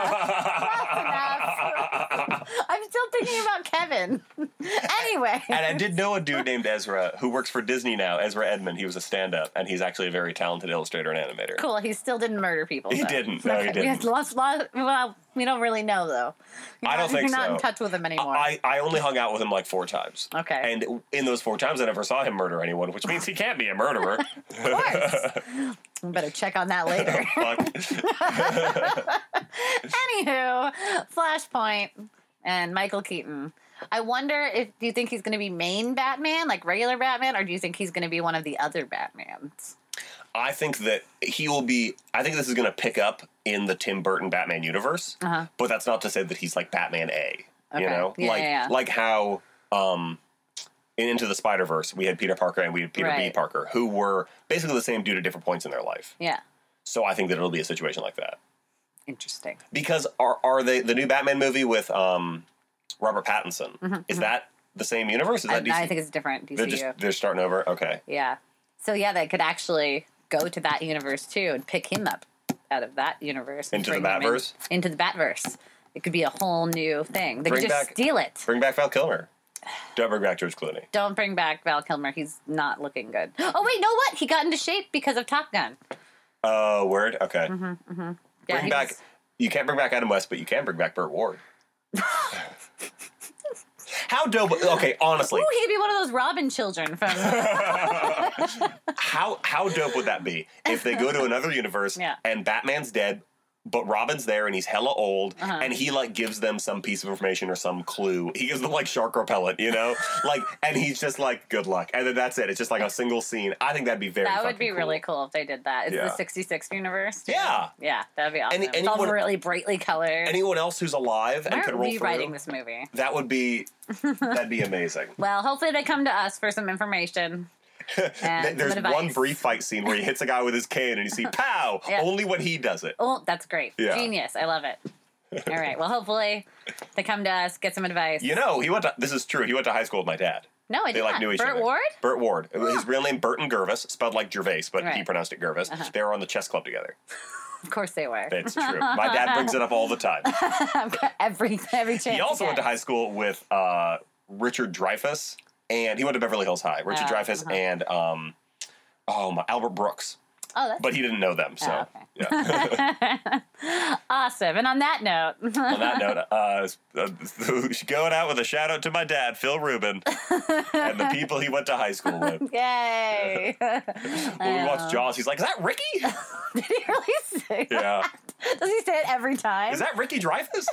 Speaker 2: That's enough. <laughs> I'm still thinking about Kevin. <laughs> anyway.
Speaker 3: and I did know a dude named Ezra who works for Disney now, Ezra Edmond. He was a stand up, and he's actually a very talented illustrator and animator.
Speaker 2: Cool. He still didn't murder people.
Speaker 3: He
Speaker 2: though.
Speaker 3: didn't. No, he
Speaker 2: Okay. We
Speaker 3: didn't.
Speaker 2: lost, lost, well, we don't really know though. You're
Speaker 3: I
Speaker 2: not-
Speaker 3: don't think
Speaker 2: you're not
Speaker 3: so.
Speaker 2: in touch with him anymore.
Speaker 3: I, I only hung out with him like four times.
Speaker 2: Okay.
Speaker 3: And in those four times, I never saw him murder anyone, which means he can't be
Speaker 2: <laughs>
Speaker 3: a murderer.
Speaker 2: Of course.
Speaker 3: <laughs>
Speaker 2: We better check on that later.
Speaker 3: Fuck.
Speaker 2: Anywho, Flashpoint and Michael Keaton. I wonder if do you think he's going to be main Batman, like regular Batman, or do you think he's going to be one of the other Batmans?
Speaker 3: I think that he will be. I think this is going to pick up in the Tim Burton Batman universe,
Speaker 2: Uh-huh.
Speaker 3: but that's not to say that he's like Batman A.
Speaker 2: Okay.
Speaker 3: You know,
Speaker 2: Yeah,
Speaker 3: like
Speaker 2: yeah, yeah.
Speaker 3: like how um, in Into the Spider Verse we had Peter Parker and we had Peter B.
Speaker 2: Right.
Speaker 3: Parker, who were basically the same dude at different points in their life.
Speaker 2: Yeah,
Speaker 3: So I think that it'll be a situation like that
Speaker 2: interesting.
Speaker 3: because are are they the new Batman movie with um, Robert Pattinson? Is that the same universe? Is
Speaker 2: Mm-hmm, I,
Speaker 3: that DC?
Speaker 2: I think it's different DCU.
Speaker 3: they're just they're starting over. Okay.
Speaker 2: yeah. So yeah, that could actually go to that universe too and pick him up out of that universe and
Speaker 3: Into the
Speaker 2: bring him in-
Speaker 3: Batverse?
Speaker 2: into the Batverse. It could be a whole new thing. They could
Speaker 3: Bring
Speaker 2: just
Speaker 3: back-
Speaker 2: steal it.
Speaker 3: Bring back Val Kilmer. Don't bring back George Clooney.
Speaker 2: Don't bring back Val Kilmer. He's not looking good. Oh wait, no what? He got into shape because of Top Gun.
Speaker 3: Oh, word. Okay.
Speaker 2: Mm-hmm. Yeah,
Speaker 3: bring
Speaker 2: he
Speaker 3: back.
Speaker 2: was-
Speaker 3: You can't bring back Adam West, but you can bring back Burt Ward. How dope? Okay, honestly,
Speaker 2: Ooh, he could be one of those Robin children
Speaker 3: <laughs>
Speaker 2: from.
Speaker 3: how how dope would that be if
Speaker 2: <laughs>
Speaker 3: they go to another universe
Speaker 2: Yeah.
Speaker 3: and Batman's dead, but Robin's there and he's hella old,
Speaker 2: Uh-huh.
Speaker 3: and he like gives them some piece of information or some clue. He gives them like shark repellent,
Speaker 2: <laughs>
Speaker 3: you know, like, and he's just like, "Good luck," and then that's it. It's just like a single scene. I think that'd be very.
Speaker 2: that would
Speaker 3: fucking
Speaker 2: be
Speaker 3: cool.
Speaker 2: really cool if they did that. It's
Speaker 3: Yeah.
Speaker 2: the 66 universe. too.
Speaker 3: Yeah.
Speaker 2: Yeah, that'd be awesome.
Speaker 3: Any-
Speaker 2: it's all
Speaker 3: anyone-
Speaker 2: really brightly colored.
Speaker 3: Anyone else who's alive
Speaker 2: Why
Speaker 3: and can
Speaker 2: aren't
Speaker 3: roll
Speaker 2: we writing
Speaker 3: through, <laughs>
Speaker 2: this movie?
Speaker 3: that
Speaker 2: <laughs>
Speaker 3: would be that'd be amazing.
Speaker 2: Well, hopefully they come to us for some
Speaker 3: <laughs>
Speaker 2: information.
Speaker 3: Th-
Speaker 2: And
Speaker 3: There's
Speaker 2: some advice.
Speaker 3: one brief fight scene where he hits a guy with his cane and you
Speaker 2: <laughs>
Speaker 3: see pow
Speaker 2: Yeah.
Speaker 3: only when he does it.
Speaker 2: Oh, that's great.
Speaker 3: Yeah.
Speaker 2: Genius. I love
Speaker 3: <laughs>
Speaker 2: it. All right. Well, hopefully they come to us, get some advice.
Speaker 3: You know, he went to this is true. He went to high school with my dad.
Speaker 2: no, I did
Speaker 3: They like
Speaker 2: not.
Speaker 3: knew each
Speaker 2: Burt
Speaker 3: other.
Speaker 2: Ward?
Speaker 3: Burt Ward. His real name Burton Gervis, spelled like Gervais, but he
Speaker 2: Right. Uh-huh.
Speaker 3: pronounced it Gervis. They were on the chess club together.
Speaker 2: Of course they were. <laughs>
Speaker 3: It's true. My dad brings it up all the time.
Speaker 2: every every chance.
Speaker 3: He also went to
Speaker 2: gets.
Speaker 3: high school with uh, Richard Dreyfus, and he went to Beverly Hills High. Richard
Speaker 2: Oh,
Speaker 3: Dreyfus
Speaker 2: uh-huh.
Speaker 3: and um, oh my Albert Brooks,
Speaker 2: Oh, that's
Speaker 3: but he didn't know them. So
Speaker 2: Oh, okay. <laughs>
Speaker 3: yeah.
Speaker 2: awesome. And on that note, <laughs>
Speaker 3: on that note, uh, uh, <laughs> going out with a shout out to my dad, Phil Rubin, and the people he went to high
Speaker 2: <laughs>
Speaker 3: school with. <laughs>
Speaker 2: yay! <laughs>
Speaker 3: When we watched Jaws, he's like, "Is that Ricky?
Speaker 2: Did he really say?
Speaker 3: yeah,
Speaker 2: <laughs> Does he say it every time?
Speaker 3: is that Ricky
Speaker 2: <laughs>
Speaker 3: Dreyfus?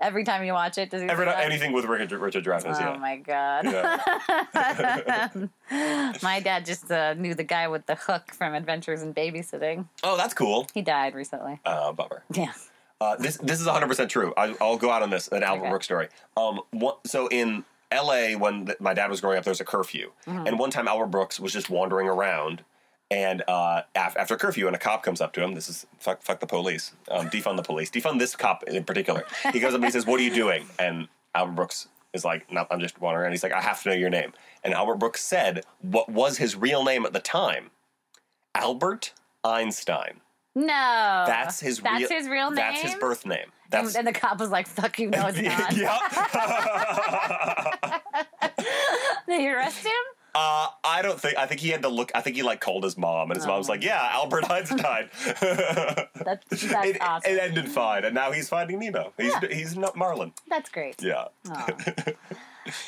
Speaker 2: every time you watch it? Does he?
Speaker 3: Every
Speaker 2: say that?
Speaker 3: anything with Richard, Richard Dreyfus?
Speaker 2: Oh
Speaker 3: yeah.
Speaker 2: my god!
Speaker 3: Yeah.
Speaker 2: <laughs> My dad just uh, knew the guy with the hook from Adventures in Babysitting.
Speaker 3: Oh, that's cool.
Speaker 2: He died recently.
Speaker 3: Uh, bummer.
Speaker 2: Yeah.
Speaker 3: Uh, this this is 100 percent true. I, I'll go out on this an Albert
Speaker 2: Okay.
Speaker 3: Brooks story. Um, what, so in L.A. when th- my dad was growing up, there was a curfew, and one time Albert Brooks was just wandering around, and uh, af- after curfew, and a cop comes up to him. This is fuck, fuck the police, um, defund the police, defund this cop in particular. He goes up and he says, "What are you doing?" And Albert Brooks is like, "No, I'm just wandering." around. He's like, "I have to know your name." And Albert Brooks said what was his real name at the time, Albert Einstein.
Speaker 2: No.
Speaker 3: That's his.
Speaker 2: Uh-huh. That's
Speaker 3: real,
Speaker 2: his real name.
Speaker 3: That's his birth name.
Speaker 2: And,
Speaker 3: That's
Speaker 2: and the cop was like, "Fuck you,
Speaker 3: <laughs>
Speaker 2: no, it's not."
Speaker 3: yeah.
Speaker 2: <laughs> Did he arrest him?
Speaker 3: uh, I don't think. I think he had to look. I think he like called his mom, and his mom's like, "Yeah,
Speaker 2: <laughs>
Speaker 3: Albert Einstein."
Speaker 2: Oh.
Speaker 3: <laughs>
Speaker 2: That's that's
Speaker 3: it,
Speaker 2: awesome.
Speaker 3: it ended fine, and now he's finding Nemo. He's he's not Marlin.
Speaker 2: that's great.
Speaker 3: Yeah.
Speaker 2: Aw. All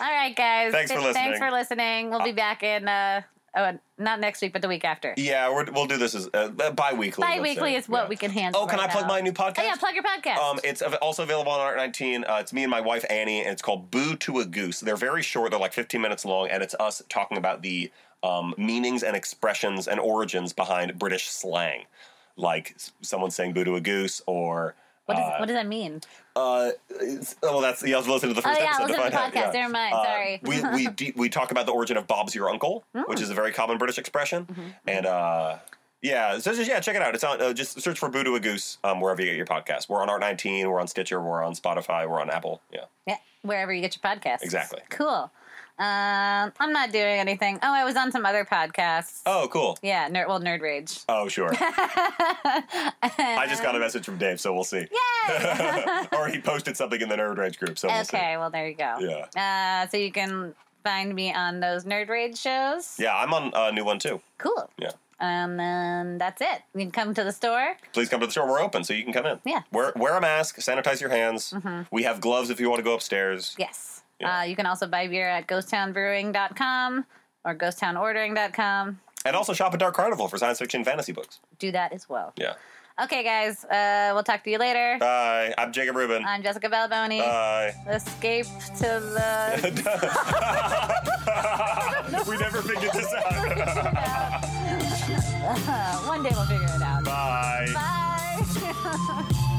Speaker 2: right, guys.
Speaker 3: Thanks for
Speaker 2: Th-
Speaker 3: listening.
Speaker 2: Thanks for listening. We'll be back in, uh, oh, not next week, but the week after.
Speaker 3: Yeah, we're, we'll do this as uh, bi-weekly. let's
Speaker 2: Bi weekly
Speaker 3: say.
Speaker 2: is what
Speaker 3: Yeah.
Speaker 2: we can handle.
Speaker 3: Oh, can
Speaker 2: right
Speaker 3: I plug
Speaker 2: now.
Speaker 3: my new podcast?
Speaker 2: Oh, yeah, plug your podcast.
Speaker 3: Um, it's av- also available on Art 19. Uh, it's me and my wife Annie, and it's called "Boo to a Goose." They're very short; they're like 15 minutes long, and it's us talking about the um, meanings and expressions and origins behind British slang, like s- someone saying "boo to a goose" or
Speaker 2: what, is,
Speaker 3: uh,
Speaker 2: what does that mean?
Speaker 3: uh, it's- oh, well, that's you have to listen to the
Speaker 2: Oh,
Speaker 3: first
Speaker 2: yeah,
Speaker 3: episode
Speaker 2: listen to
Speaker 3: find
Speaker 2: the
Speaker 3: out.
Speaker 2: podcast. Never mind.
Speaker 3: Uh,
Speaker 2: Sorry.
Speaker 3: we
Speaker 2: <laughs>
Speaker 3: we de- we talk about the origin of Bob's your uncle, which is a very common British expression,
Speaker 2: Mm-hmm.
Speaker 3: and uh, yeah, so just yeah, check it out. It's on uh, just search for Boo to a Goose um, wherever you get your podcast. We're on Art nineteen, we're on Stitcher, we're on Spotify, we're on Apple. Yeah,
Speaker 2: Yeah, wherever you get your podcasts.
Speaker 3: Exactly.
Speaker 2: Cool. Um, I'm not doing anything. Oh, I was on some other podcasts.
Speaker 3: oh cool.
Speaker 2: Yeah, nerd, well, Nerd Rage. <laughs>
Speaker 3: Oh sure. I just got a message from Dave, so we'll see. <laughs> or he posted something in the Nerd Rage group, so we'll see.
Speaker 2: Okay, well, there you go. Uh, so you can find me on those Nerd Rage shows.
Speaker 3: Yeah, I'm on a new one too.
Speaker 2: Cool.
Speaker 3: Yeah.
Speaker 2: And then that's it. You can come to the store.
Speaker 3: please come to the store. We're open, so you can come in.
Speaker 2: Yeah.
Speaker 3: Wear wear a mask. Sanitize your hands. We have gloves if you want to go upstairs.
Speaker 2: Yes.
Speaker 3: Mm-hmm. Yeah.
Speaker 2: Uh, you can also buy beer at ghosttownbrewing.com or ghosttownordering.com.
Speaker 3: And also shop at Dark Carnival for science fiction fantasy books.
Speaker 2: Do that as well.
Speaker 3: Yeah.
Speaker 2: Okay, guys. Uh, we'll talk to you later.
Speaker 3: Bye. I'm Jacob Rubin.
Speaker 2: I'm Jessica Balboni.
Speaker 3: Bye.
Speaker 2: Escape to the.
Speaker 3: we never figured this out.
Speaker 2: One day we'll figure it out.
Speaker 3: Bye.
Speaker 2: Bye.